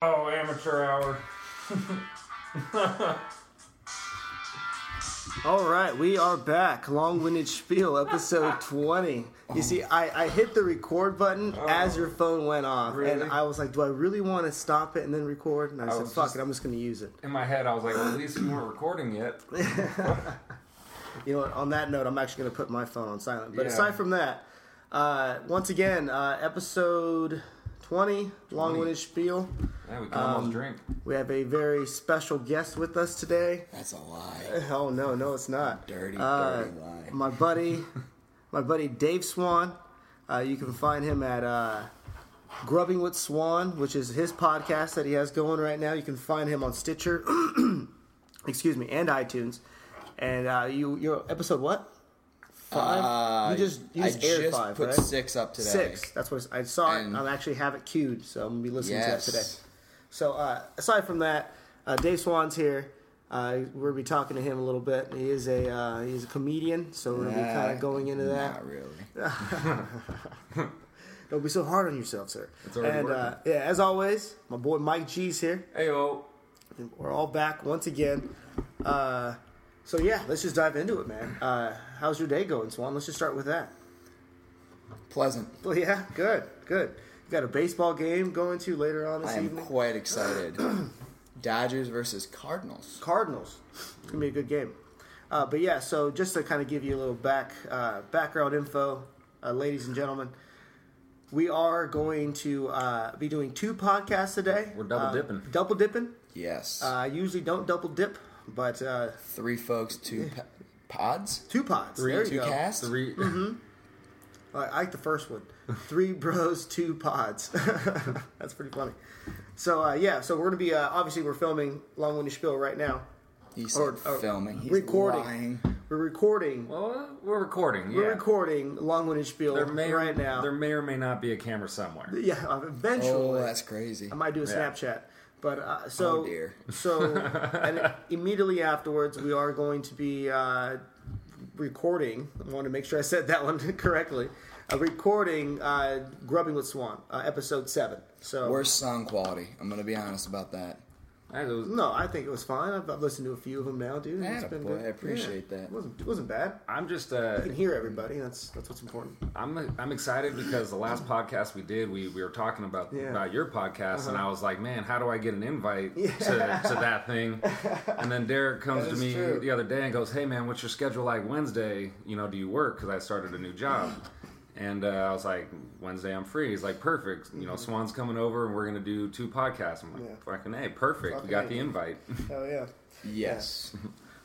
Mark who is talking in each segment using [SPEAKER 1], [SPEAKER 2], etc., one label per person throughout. [SPEAKER 1] Oh, amateur hour.
[SPEAKER 2] All right, we are back. Long-winded spiel, episode twenty. You see, I, I hit the record button as your phone went off, and
[SPEAKER 1] Oh. really?
[SPEAKER 2] I was like, "Do I really want to stop it and then record?" And I, said,
[SPEAKER 1] was
[SPEAKER 2] "Fuck
[SPEAKER 1] just-
[SPEAKER 2] it, I'm just going to use it."
[SPEAKER 1] In my head, I was like, well, at least we weren't recording yet.
[SPEAKER 2] You know, what, on that note, I'm actually going to put my phone on silent. But
[SPEAKER 1] Yeah.
[SPEAKER 2] aside from that, uh, once again, uh, episode twenty, long-winded spiel.
[SPEAKER 1] Yeah, we can
[SPEAKER 2] Um,
[SPEAKER 1] almost drink.
[SPEAKER 2] We have a very special guest with us today.
[SPEAKER 3] That's a lie.
[SPEAKER 2] Oh no, no, it's not.
[SPEAKER 3] Dirty,
[SPEAKER 2] Uh,
[SPEAKER 3] dirty lie.
[SPEAKER 2] my buddy, my buddy Dave Swan. Uh, you can find him at uh, Grubbing with Swan, which is his podcast that he has going right now. You can find him on Stitcher, excuse me, and iTunes. And uh, you, your episode what? Five.
[SPEAKER 3] Uh,
[SPEAKER 2] you just you just
[SPEAKER 3] I
[SPEAKER 2] aired
[SPEAKER 3] just
[SPEAKER 2] five,
[SPEAKER 3] put
[SPEAKER 2] right?
[SPEAKER 3] six up today.
[SPEAKER 2] Six. That's what I saw.
[SPEAKER 3] And-
[SPEAKER 2] it. I actually have it queued, so I'm gonna be listening
[SPEAKER 3] Yes.
[SPEAKER 2] to that today. So uh, aside from that, uh, Dave Swan's here. Uh, we're gonna be talking to him a little bit. He is a uh, he's a comedian, so we're gonna be kind of
[SPEAKER 3] Uh,
[SPEAKER 2] going into that.
[SPEAKER 3] Not really.
[SPEAKER 2] Don't be so hard on yourself, sir.
[SPEAKER 1] It's already
[SPEAKER 2] and uh, yeah, as always, my boy Mike G's here.
[SPEAKER 1] Hey, oh,
[SPEAKER 2] We're all back once again. Uh, so yeah, let's just dive into it, man. Uh, how's your day going, Swan? Let's just start with that.
[SPEAKER 3] Pleasant.
[SPEAKER 2] Well, yeah, good, good. You got a baseball game going to later on this
[SPEAKER 3] I am
[SPEAKER 2] evening.
[SPEAKER 3] quite excited. Dodgers versus Cardinals.
[SPEAKER 2] Cardinals. It's gonna be a good game. Uh, but yeah, so just to kind of give you a little back uh, background info, uh, ladies and gentlemen, we are going to uh, be doing two podcasts today.
[SPEAKER 1] We're double
[SPEAKER 2] Uh,
[SPEAKER 1] dipping.
[SPEAKER 2] Double dipping.
[SPEAKER 3] Yes.
[SPEAKER 2] Uh, I usually don't double dip, but uh,
[SPEAKER 3] Three folks, two pa- pods.
[SPEAKER 2] two pods.
[SPEAKER 1] Three,
[SPEAKER 2] there you
[SPEAKER 3] Two
[SPEAKER 2] go.
[SPEAKER 3] casts.
[SPEAKER 1] three.
[SPEAKER 2] Mm-hmm. I I like the first one. Three bros, two pods. That's pretty funny. So uh, yeah, so we're gonna be uh, obviously we're filming Long Winded Spiel right now.
[SPEAKER 3] He said
[SPEAKER 2] Or- or
[SPEAKER 3] filming. He's
[SPEAKER 2] recording.
[SPEAKER 3] lying.
[SPEAKER 2] We're recording.
[SPEAKER 1] Well, we're recording.
[SPEAKER 2] We're
[SPEAKER 1] yeah.
[SPEAKER 2] recording Long Winded Spiel
[SPEAKER 1] There may,
[SPEAKER 2] right now.
[SPEAKER 1] There may or may not be a camera somewhere.
[SPEAKER 2] Yeah, uh,
[SPEAKER 3] Oh,
[SPEAKER 2] eventually.
[SPEAKER 3] that's crazy.
[SPEAKER 2] I might do a Snapchat. But uh, so,
[SPEAKER 3] Oh, dear.
[SPEAKER 2] so, and immediately afterwards, we are going to be uh, recording. I want to make sure I said that one correctly. Uh, recording uh, Grubbing with Swan, uh, episode seven. So,
[SPEAKER 3] Worst sound quality. I'm gonna be honest about that.
[SPEAKER 1] That was-
[SPEAKER 2] no, I think it was fine. I've, I've listened to a few of them now, dude. It's
[SPEAKER 3] Atta
[SPEAKER 2] been
[SPEAKER 3] boy,
[SPEAKER 2] good.
[SPEAKER 3] I appreciate
[SPEAKER 2] Yeah.
[SPEAKER 3] that.
[SPEAKER 2] It wasn't, it wasn't bad.
[SPEAKER 1] I'm just. Uh,
[SPEAKER 2] You can hear everybody. That's that's what's important.
[SPEAKER 1] I'm I'm excited because the last podcast we did, we, we were talking about
[SPEAKER 2] Yeah. Uh-huh.
[SPEAKER 1] about your podcast, and I was like, man, how do I get an invite to, to that thing? And then Derek comes
[SPEAKER 2] That
[SPEAKER 1] to
[SPEAKER 2] is
[SPEAKER 1] me
[SPEAKER 2] true.
[SPEAKER 1] the other day and goes, hey man, what's your schedule like Wednesday? You know, do you work? Because I started a new job. And uh, I was like, Wednesday I'm free. He's like, perfect. You know, Swan's coming over, and we're gonna do two podcasts. I'm like,
[SPEAKER 2] Mm-hmm. Yeah.
[SPEAKER 1] fucking hey, perfect.
[SPEAKER 2] Fucking
[SPEAKER 1] we got
[SPEAKER 2] A.
[SPEAKER 1] the invite.
[SPEAKER 2] Oh yeah.
[SPEAKER 3] Yes.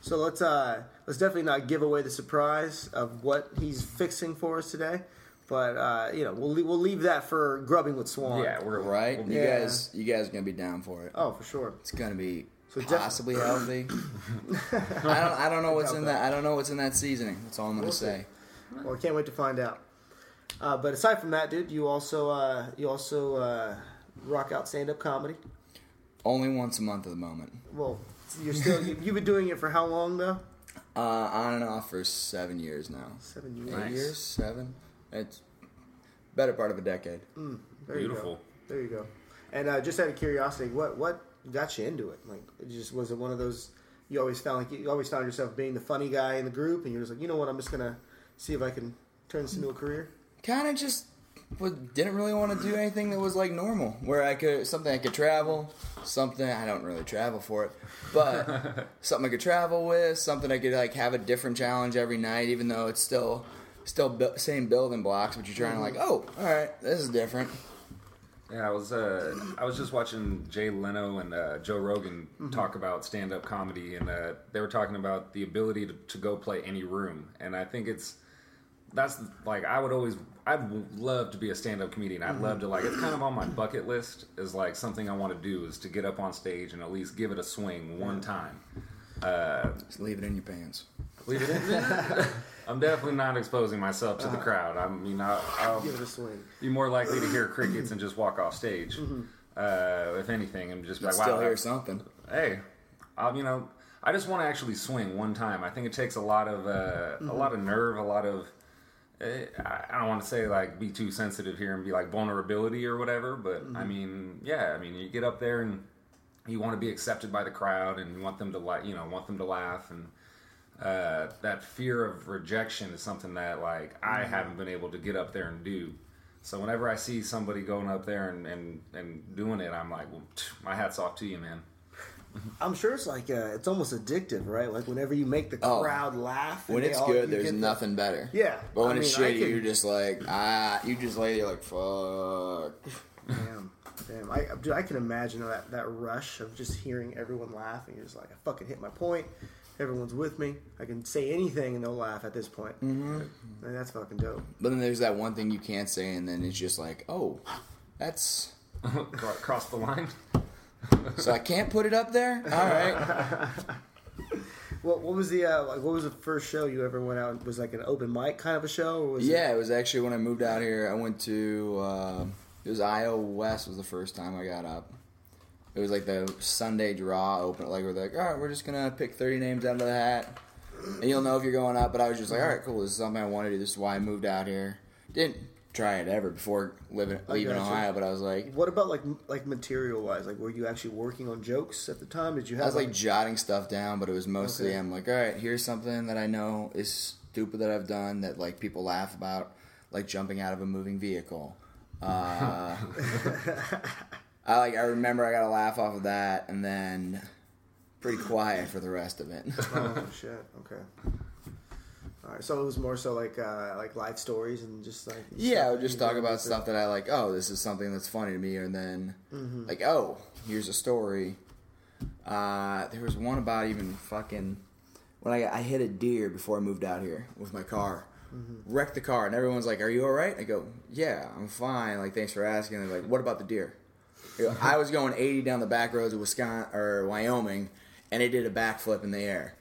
[SPEAKER 2] So let's uh, let's definitely not give away the surprise of what he's fixing for us today, but uh, you know we'll le- we'll leave that for grubbing with Swan.
[SPEAKER 1] yeah, we're
[SPEAKER 3] Right.
[SPEAKER 1] we'll be-
[SPEAKER 3] You
[SPEAKER 2] Yeah.
[SPEAKER 3] guys. You guys are gonna be down for it.
[SPEAKER 2] Oh, for sure.
[SPEAKER 3] It's gonna be
[SPEAKER 2] def-
[SPEAKER 3] possibly healthy. I don't. I don't know what's in
[SPEAKER 2] doubt
[SPEAKER 3] that. I don't know what's in that seasoning. That's all I'm gonna
[SPEAKER 2] We'll see.
[SPEAKER 3] say.
[SPEAKER 2] Well, I can't wait to find out. Uh, but aside from that, dude, you also uh, you also uh, rock out stand up comedy.
[SPEAKER 3] Only once a month at the moment.
[SPEAKER 2] Well, you're still you, you've been doing it for how long though?
[SPEAKER 3] Uh, on and off for seven years now.
[SPEAKER 2] Seven
[SPEAKER 3] Eight
[SPEAKER 2] years.
[SPEAKER 1] Nice.
[SPEAKER 3] years, seven. It's better part of a decade.
[SPEAKER 2] There You
[SPEAKER 1] Beautiful.
[SPEAKER 2] go. There you go. And uh, just out of curiosity, what what got you into it? Like, it just was it one of those you always found like you always found yourself being the funny guy in the group, and you're just like, you know what, I'm just gonna see if I can turn this into a career.
[SPEAKER 3] Kind of just wa- didn't really want to do anything that was like normal, where I could something I could travel, something I don't really travel for it, but something I could travel with, something I could like have a different challenge every night, even though it's still still bu- same building blocks, but you're trying to like, oh,
[SPEAKER 2] Mm-hmm.
[SPEAKER 3] all right, this is different.
[SPEAKER 1] Yeah, I was uh, I was just watching Jay Leno and uh, Joe Rogan
[SPEAKER 2] Mm-hmm.
[SPEAKER 1] talk about stand up comedy, and uh, they were talking about the ability to, to go play any room, and I think it's that's like I would always I'd love to be a stand up comedian. I'd
[SPEAKER 2] Mm-hmm.
[SPEAKER 1] love to like it's kind of on my bucket list is like something I want to do is to get up on stage and at least give it a swing one time.
[SPEAKER 3] Just leave it in your pants.
[SPEAKER 1] Leave it in. I'm definitely not exposing myself to the crowd. I mean, I, I'll,
[SPEAKER 2] Uh-huh. Give it a swing.
[SPEAKER 1] be more likely to hear crickets and just walk off stage. Uh, if anything, and just be like,
[SPEAKER 3] Mm-hmm. Still
[SPEAKER 1] wow,
[SPEAKER 3] hear
[SPEAKER 1] that-
[SPEAKER 3] something.
[SPEAKER 1] hey, I'll, you know, I just want to actually swing one time. I think it takes a lot of uh, a lot of nerve, a lot of eh, I I don't want to say like be too sensitive here and be like vulnerability or whatever, but I mean, yeah, I mean, you get up there and you want to be accepted by the crowd and you want them to like you know want them to laugh and uh, that fear of rejection is something that like I haven't been able to get up there and do. So whenever I see somebody going up there and and, and doing it, I'm like, well, pff, my hat's off to you, man.
[SPEAKER 2] I'm sure it's like uh, it's almost addictive, right? Like whenever you make the
[SPEAKER 3] Oh.
[SPEAKER 2] crowd laugh, and
[SPEAKER 3] When
[SPEAKER 2] they
[SPEAKER 3] it's
[SPEAKER 2] all- you
[SPEAKER 3] good, there's
[SPEAKER 2] get the-
[SPEAKER 3] nothing better.
[SPEAKER 2] Yeah,
[SPEAKER 3] But when
[SPEAKER 2] I
[SPEAKER 3] it's
[SPEAKER 2] mean, I
[SPEAKER 3] shitty,
[SPEAKER 2] can-
[SPEAKER 3] you're just like, ah, you just lay there like, fuck.
[SPEAKER 2] Damn, damn. I, dude, I can imagine that that rush of just hearing everyone laugh, and you're just like, I fucking hit my point. Everyone's with me. I can say anything, and they'll laugh at this point. Mm-hmm. And that's fucking dope.
[SPEAKER 3] But then there's that one thing you can't say, and then it's just like, oh, that's.
[SPEAKER 1] Cro- Cross the line.
[SPEAKER 3] So I can't put it up there? All right.
[SPEAKER 2] What What was the uh, like? What was the first show you ever went out? and Was like an open mic kind of a show? Or was it-
[SPEAKER 3] Yeah, it was actually when I moved out here. I went to. Uh, it was Iowa West, was the first time I got up. It was like the Sunday draw open. Like, we're like, all right, we're just going to pick 30 names out of the hat. And you'll know if you're going up. But I was just like, all right, cool. This is something I want to do. This is why I moved out here. Didn't try it ever before living, leaving
[SPEAKER 2] gotcha.
[SPEAKER 3] Ohio, but I was like,
[SPEAKER 2] What about like m- like material wise? Like, were you actually working on jokes at the time? Did you
[SPEAKER 3] I
[SPEAKER 2] have
[SPEAKER 3] was like jotting stuff down, but it was mostly
[SPEAKER 2] Okay.
[SPEAKER 3] I'm like, all right, here's something that I know is stupid that I've done that like people laugh about, like jumping out of a moving vehicle. Uh, I like I remember I got a laugh off of that, and then pretty quiet for the rest of it.
[SPEAKER 2] oh shit. Okay. All right. So it was more so like uh, like life stories and just like
[SPEAKER 3] yeah, I
[SPEAKER 2] stuff
[SPEAKER 3] would
[SPEAKER 2] that
[SPEAKER 3] just
[SPEAKER 2] you
[SPEAKER 3] talk
[SPEAKER 2] did
[SPEAKER 3] about
[SPEAKER 2] with it.
[SPEAKER 3] stuff that I like. Oh, this is something that's funny to me, and then
[SPEAKER 2] Mm-hmm.
[SPEAKER 3] like, oh, here's a story. Uh, there was one about even fucking when I I hit a deer before I moved out here with my car,
[SPEAKER 2] Mm-hmm.
[SPEAKER 3] wrecked the car, and everyone's like, "Are you all right?" I go, "Yeah, I'm fine. Like, thanks for asking." They're like, "What about the deer?" You know, I was going 80 down the back roads of Wisconsin or Wyoming, and it did a backflip in the air.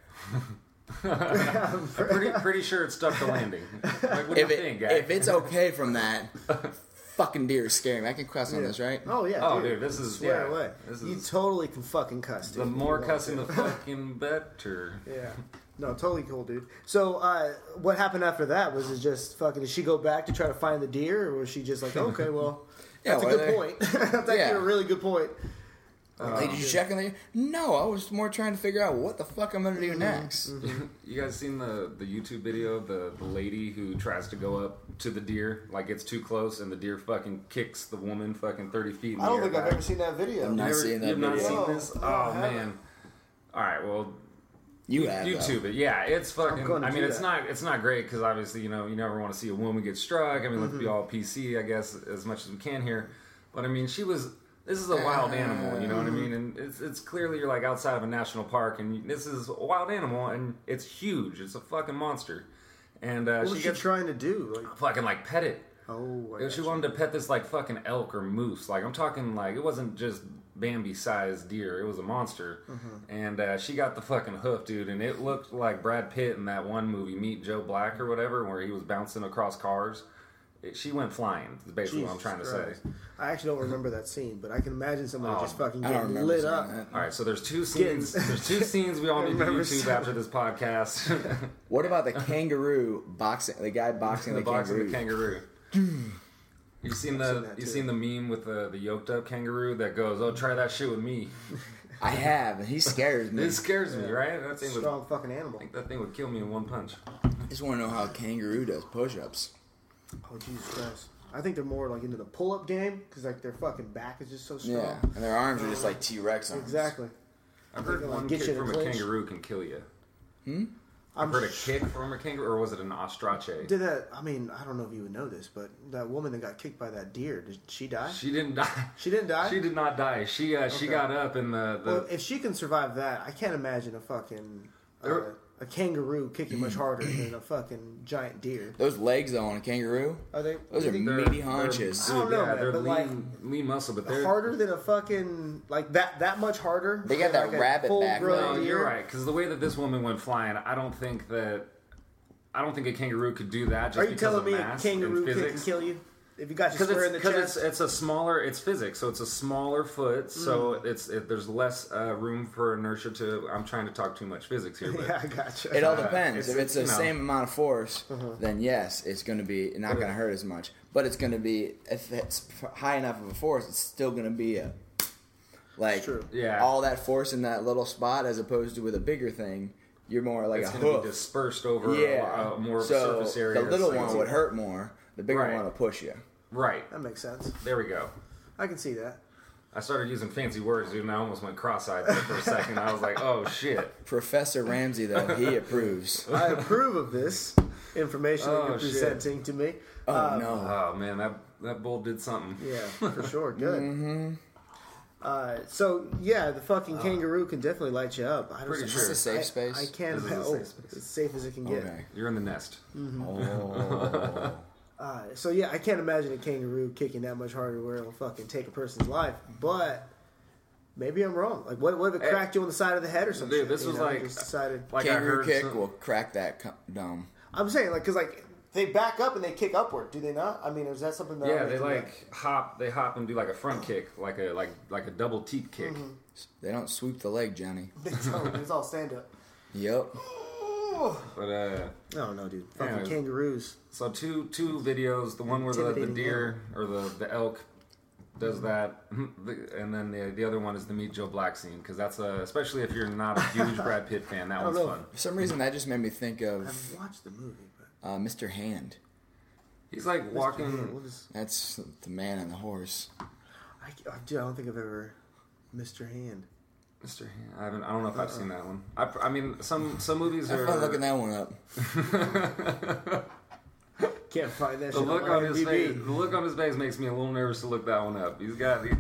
[SPEAKER 1] Pretty pretty sure it's stuck the landing. Like, what do
[SPEAKER 3] If,
[SPEAKER 1] you
[SPEAKER 3] it,
[SPEAKER 1] think, guy?
[SPEAKER 3] if it's okay from that, fucking deer is scary. me. I can cuss on this, right?
[SPEAKER 2] Oh yeah.
[SPEAKER 1] oh, dude, this is
[SPEAKER 2] Swear
[SPEAKER 1] yeah,
[SPEAKER 2] away.
[SPEAKER 1] This
[SPEAKER 2] you
[SPEAKER 1] is
[SPEAKER 2] totally can fucking cuss, dude.
[SPEAKER 1] the more
[SPEAKER 2] You
[SPEAKER 1] cussing, the
[SPEAKER 2] want
[SPEAKER 1] fucking better.
[SPEAKER 2] to. Yeah. No, totally cool, dude. So, uh, what happened after that? Was it just fucking? Did she go back to try to find the deer, or was she just like, okay, well,
[SPEAKER 3] Yeah,
[SPEAKER 2] that's
[SPEAKER 3] why
[SPEAKER 2] a good
[SPEAKER 3] they-
[SPEAKER 2] point. that's actually
[SPEAKER 3] Yeah.
[SPEAKER 2] a really good point.
[SPEAKER 3] Like,
[SPEAKER 2] Um,
[SPEAKER 3] did you check in there? No, I was more trying to figure out what the fuck I'm gonna
[SPEAKER 2] Mm-hmm,
[SPEAKER 3] do next.
[SPEAKER 1] You guys seen the, the YouTube video of the, the lady who tries to go up to the deer, like it's too close, and the deer fucking kicks the woman fucking 30 feet in the
[SPEAKER 2] I don't
[SPEAKER 1] air
[SPEAKER 2] think I've
[SPEAKER 1] back.
[SPEAKER 2] ever seen that video.
[SPEAKER 3] I'm not
[SPEAKER 1] You've
[SPEAKER 3] seeing that
[SPEAKER 1] You've not
[SPEAKER 3] video.
[SPEAKER 1] seen
[SPEAKER 2] No,
[SPEAKER 1] this?
[SPEAKER 2] no, I
[SPEAKER 1] Oh,
[SPEAKER 2] haven't.
[SPEAKER 1] man. Alright, well,
[SPEAKER 3] You have though.
[SPEAKER 1] YouTube it. Yeah, it's fucking.
[SPEAKER 2] gonna
[SPEAKER 1] I mean,
[SPEAKER 2] do
[SPEAKER 1] it's
[SPEAKER 2] that.
[SPEAKER 1] not it's not great because obviously you know you never want to see a woman get struck. I mean, let's be all PC, I guess, as much as we can here. But I mean, she was. This is a wild animal, you know what I mean? And it's it's clearly you're like outside of a national park, and this is a wild animal, and it's huge. It's a fucking monster, and uh,
[SPEAKER 2] What
[SPEAKER 1] she
[SPEAKER 2] was she
[SPEAKER 1] gets
[SPEAKER 2] trying to do? Like,
[SPEAKER 1] fucking like pet it.
[SPEAKER 2] oh, I
[SPEAKER 1] If
[SPEAKER 2] got
[SPEAKER 1] she
[SPEAKER 2] you.
[SPEAKER 1] wanted to pet this like fucking elk or moose, like I'm talking like it wasn't just Bambi sized deer, it was a monster.
[SPEAKER 2] Mm-hmm.
[SPEAKER 1] And uh, she got the fucking hoof, dude, and it looked like Brad Pitt in that one movie, Meet Joe Black or whatever, where he was bouncing across cars. It, she went flying. Is basically what I'm
[SPEAKER 2] Jesus
[SPEAKER 1] trying to
[SPEAKER 2] Christ.
[SPEAKER 1] say.
[SPEAKER 2] I actually don't remember that scene, but I can imagine somebody
[SPEAKER 1] Oh,
[SPEAKER 2] just fucking
[SPEAKER 3] I don't
[SPEAKER 2] getting
[SPEAKER 3] remember
[SPEAKER 2] lit
[SPEAKER 3] seeing
[SPEAKER 2] up.
[SPEAKER 3] that.
[SPEAKER 1] All right, so there's two scenes. There's two scenes we all need to
[SPEAKER 2] remember
[SPEAKER 1] YouTube
[SPEAKER 2] some-
[SPEAKER 1] after this podcast.
[SPEAKER 3] What about the kangaroo boxing? The guy boxing
[SPEAKER 1] the
[SPEAKER 3] the,
[SPEAKER 1] box
[SPEAKER 3] kangaroo.
[SPEAKER 1] of the kangaroo. You seen
[SPEAKER 2] seen
[SPEAKER 1] the
[SPEAKER 2] that
[SPEAKER 1] you
[SPEAKER 2] too.
[SPEAKER 1] seen the meme with the, the yoked up kangaroo that goes, "Oh, try that shit with me."
[SPEAKER 3] I have, and he scares me. I
[SPEAKER 1] It scares me, right? That thing would
[SPEAKER 2] Strong fucking animal.
[SPEAKER 1] that thing would kill me in one punch.
[SPEAKER 3] just want to know how a kangaroo does push-ups.
[SPEAKER 2] Oh Jesus Christ! I think they're more like into the pull-up game because like their fucking back is just so strong.
[SPEAKER 3] Yeah, and their arms are just like T-Rex arms.
[SPEAKER 2] Exactly.
[SPEAKER 1] I've heard
[SPEAKER 2] They'll
[SPEAKER 1] one
[SPEAKER 2] get
[SPEAKER 1] kick
[SPEAKER 2] you in a
[SPEAKER 1] from a
[SPEAKER 2] clinch.
[SPEAKER 1] kangaroo can kill you.
[SPEAKER 2] I'm
[SPEAKER 1] I've heard a
[SPEAKER 2] sh-
[SPEAKER 1] kick from a kangaroo, or was it an ostrache?
[SPEAKER 2] Did that? I mean, I don't know if you would know this, but that woman that got kicked by that deer, did she die? She,
[SPEAKER 1] She didn't die.
[SPEAKER 2] didn't die.
[SPEAKER 1] She did not die. She uh, she
[SPEAKER 2] Okay.
[SPEAKER 1] got up and the, the
[SPEAKER 2] Well, if she can survive that, I can't imagine a fucking uh,
[SPEAKER 1] There-
[SPEAKER 2] a kangaroo kicking much harder than a fucking giant deer.
[SPEAKER 3] Those legs though on a kangaroo.
[SPEAKER 2] Are they?
[SPEAKER 3] Those
[SPEAKER 2] you
[SPEAKER 3] are
[SPEAKER 2] think
[SPEAKER 1] they're-
[SPEAKER 3] meaty
[SPEAKER 1] they're-
[SPEAKER 3] haunches.
[SPEAKER 2] I don't know,
[SPEAKER 1] yeah,
[SPEAKER 2] man,
[SPEAKER 1] they're
[SPEAKER 2] but,
[SPEAKER 1] lean, lean muscle, but they're
[SPEAKER 2] harder than a fucking like that? That much harder?
[SPEAKER 3] They got
[SPEAKER 2] than,
[SPEAKER 3] that
[SPEAKER 2] like, a
[SPEAKER 3] rabbit back,
[SPEAKER 2] full-grown
[SPEAKER 3] though.
[SPEAKER 1] No,
[SPEAKER 2] deer?
[SPEAKER 1] oh, you're right. Because the way that this woman went flying, I don't think that I don't think a kangaroo could do that. Just
[SPEAKER 2] Are you
[SPEAKER 1] because
[SPEAKER 2] telling
[SPEAKER 1] of
[SPEAKER 2] me a
[SPEAKER 1] mass and
[SPEAKER 2] kangaroo kick can
[SPEAKER 1] physics.
[SPEAKER 2] kill you? If you got you
[SPEAKER 1] because
[SPEAKER 2] square in
[SPEAKER 1] it's
[SPEAKER 2] the
[SPEAKER 1] because it's
[SPEAKER 2] chest,
[SPEAKER 1] it's a smaller it's physics so it's a smaller foot so
[SPEAKER 3] Mm.
[SPEAKER 1] it's it, there's less uh, room for inertia to I'm trying to talk too much physics here but
[SPEAKER 2] yeah, I got you.
[SPEAKER 3] It all
[SPEAKER 1] Uh,
[SPEAKER 3] depends.
[SPEAKER 1] it's- Uh-huh.
[SPEAKER 3] if it's the
[SPEAKER 1] you know.
[SPEAKER 3] same amount of force, then yes, it's going to be not going to hurt as much. But it's going to be if it's high enough of a force, it's still going to be a Like
[SPEAKER 2] true.
[SPEAKER 1] Yeah.
[SPEAKER 3] all that force in that little spot as opposed to with a bigger thing, you're more like
[SPEAKER 1] It's
[SPEAKER 3] a
[SPEAKER 1] going to
[SPEAKER 3] hoof.
[SPEAKER 1] be dispersed over
[SPEAKER 3] yeah.
[SPEAKER 1] a, a more of a
[SPEAKER 3] so
[SPEAKER 1] surface area.
[SPEAKER 3] the little
[SPEAKER 1] It's
[SPEAKER 3] one
[SPEAKER 1] easy.
[SPEAKER 3] would hurt more. The bigger
[SPEAKER 1] Right.
[SPEAKER 3] one will push you.
[SPEAKER 1] Right.
[SPEAKER 2] That makes sense.
[SPEAKER 1] There we go.
[SPEAKER 2] I can see that.
[SPEAKER 1] I started using fancy words, dude, and I almost went cross-eyed there for a second. I was like, "Oh shit!"
[SPEAKER 3] Professor Ramsey though he approves.
[SPEAKER 1] Uh,
[SPEAKER 2] I approve of this information that
[SPEAKER 1] Oh,
[SPEAKER 2] you're
[SPEAKER 1] shit.
[SPEAKER 2] presenting to me.
[SPEAKER 3] Oh
[SPEAKER 2] Uh,
[SPEAKER 3] no.
[SPEAKER 1] Oh man, that that bull did something.
[SPEAKER 2] Yeah, for sure. Good. Mm-hmm. Uh, so yeah, the fucking kangaroo can definitely light you up. I don't
[SPEAKER 1] Oh. Pretty
[SPEAKER 2] know.
[SPEAKER 1] sure. This is a
[SPEAKER 3] safe
[SPEAKER 2] I-
[SPEAKER 3] space.
[SPEAKER 2] I, can't.
[SPEAKER 1] This is a
[SPEAKER 2] oh,
[SPEAKER 1] safe space.
[SPEAKER 2] It's safe as it can get.
[SPEAKER 3] Okay.
[SPEAKER 1] You're in the nest.
[SPEAKER 3] Oh.
[SPEAKER 2] Uh, so yeah, I can't imagine a kangaroo kicking that much harder where it'll fucking take a person's life.
[SPEAKER 1] Mm-hmm.
[SPEAKER 2] But maybe I'm wrong. Like, what, what if it
[SPEAKER 1] Hey.
[SPEAKER 2] cracked you on the side of the head or something?
[SPEAKER 1] Dude, this was like- uh,
[SPEAKER 2] just decided.
[SPEAKER 1] Like
[SPEAKER 3] Kangaroo kick
[SPEAKER 1] some-
[SPEAKER 3] will crack that co- dome.
[SPEAKER 2] I'm saying like because like they back up and they kick upward. Do they not? I mean, is that something that
[SPEAKER 1] yeah,
[SPEAKER 2] I'm
[SPEAKER 1] they
[SPEAKER 2] making
[SPEAKER 1] like
[SPEAKER 2] up?
[SPEAKER 1] hop. They hop and do like a front kick, like a like like a double teep kick.
[SPEAKER 3] They don't sweep the leg, Johnny.
[SPEAKER 2] It's all- it's all stand up.
[SPEAKER 3] Yep.
[SPEAKER 1] But uh,
[SPEAKER 2] I don't know, dude. Fucking
[SPEAKER 1] Yeah.
[SPEAKER 2] kangaroos.
[SPEAKER 1] so two two videos. The one where the, the
[SPEAKER 2] Intimidating
[SPEAKER 1] deer or the the elk does that, The- and then the the other one is the meet Joe Black scene because that's a especially if you're not a huge Brad Pitt fan, that one's
[SPEAKER 2] know.
[SPEAKER 1] fun.
[SPEAKER 3] For some reason, that just made me think of
[SPEAKER 2] I've watched the movie, but
[SPEAKER 3] uh, Mr. Hand.
[SPEAKER 1] He's like
[SPEAKER 2] Man,
[SPEAKER 1] walking.
[SPEAKER 2] what is-
[SPEAKER 3] That's the man on the horse.
[SPEAKER 2] I, I- dude, I don't think I've ever Mr. Hand.
[SPEAKER 1] Mr. Hand. I haven't. I don't know if I've seen that one. I, I mean, some some movies
[SPEAKER 3] Have
[SPEAKER 1] are.
[SPEAKER 3] fun looking that one up.
[SPEAKER 2] Can't find that
[SPEAKER 1] the
[SPEAKER 2] shit.
[SPEAKER 1] look on his face.
[SPEAKER 2] IMDb.
[SPEAKER 1] The look on his face makes me a little nervous to look that one up. He's got. He,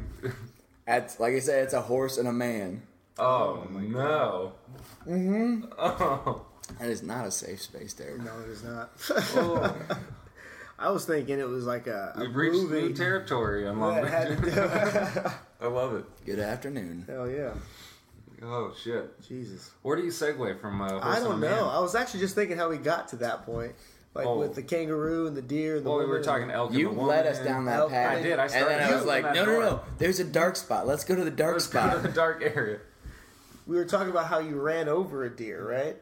[SPEAKER 3] That's like I said, it's a horse and a man.
[SPEAKER 1] oh, no. Mm-hmm. Oh.
[SPEAKER 3] That is not a safe space, Derek.
[SPEAKER 2] No, it is not.
[SPEAKER 1] oh.
[SPEAKER 2] I was thinking it was like a, a
[SPEAKER 1] We've reached
[SPEAKER 2] movie
[SPEAKER 1] new territory. on Long
[SPEAKER 2] that had
[SPEAKER 1] Beach.
[SPEAKER 2] to do.
[SPEAKER 1] I love it.
[SPEAKER 3] Good afternoon.
[SPEAKER 2] Hell yeah,
[SPEAKER 1] Oh shit.
[SPEAKER 2] Jesus.
[SPEAKER 1] Where do you segue from? Uh, horse
[SPEAKER 2] I
[SPEAKER 1] and
[SPEAKER 2] don't
[SPEAKER 1] a
[SPEAKER 2] know.
[SPEAKER 1] man?
[SPEAKER 2] I was actually just thinking how we got to that point, like
[SPEAKER 1] Oh.
[SPEAKER 2] with the kangaroo and the deer and the.
[SPEAKER 1] Well, we were
[SPEAKER 2] woman
[SPEAKER 1] talking
[SPEAKER 2] and-
[SPEAKER 1] elk.
[SPEAKER 3] You
[SPEAKER 1] and the
[SPEAKER 3] led
[SPEAKER 1] woman.
[SPEAKER 3] us down that
[SPEAKER 2] Nope,
[SPEAKER 3] path.
[SPEAKER 2] I
[SPEAKER 1] did. I
[SPEAKER 3] and then I
[SPEAKER 1] started
[SPEAKER 3] was like,
[SPEAKER 1] opening
[SPEAKER 3] no,
[SPEAKER 1] that
[SPEAKER 3] no, no.
[SPEAKER 1] door.
[SPEAKER 3] There's a dark spot. Let's go to the dark
[SPEAKER 1] Let's go to
[SPEAKER 3] spot.
[SPEAKER 1] the dark area.
[SPEAKER 2] We were talking about how you ran over a deer, right?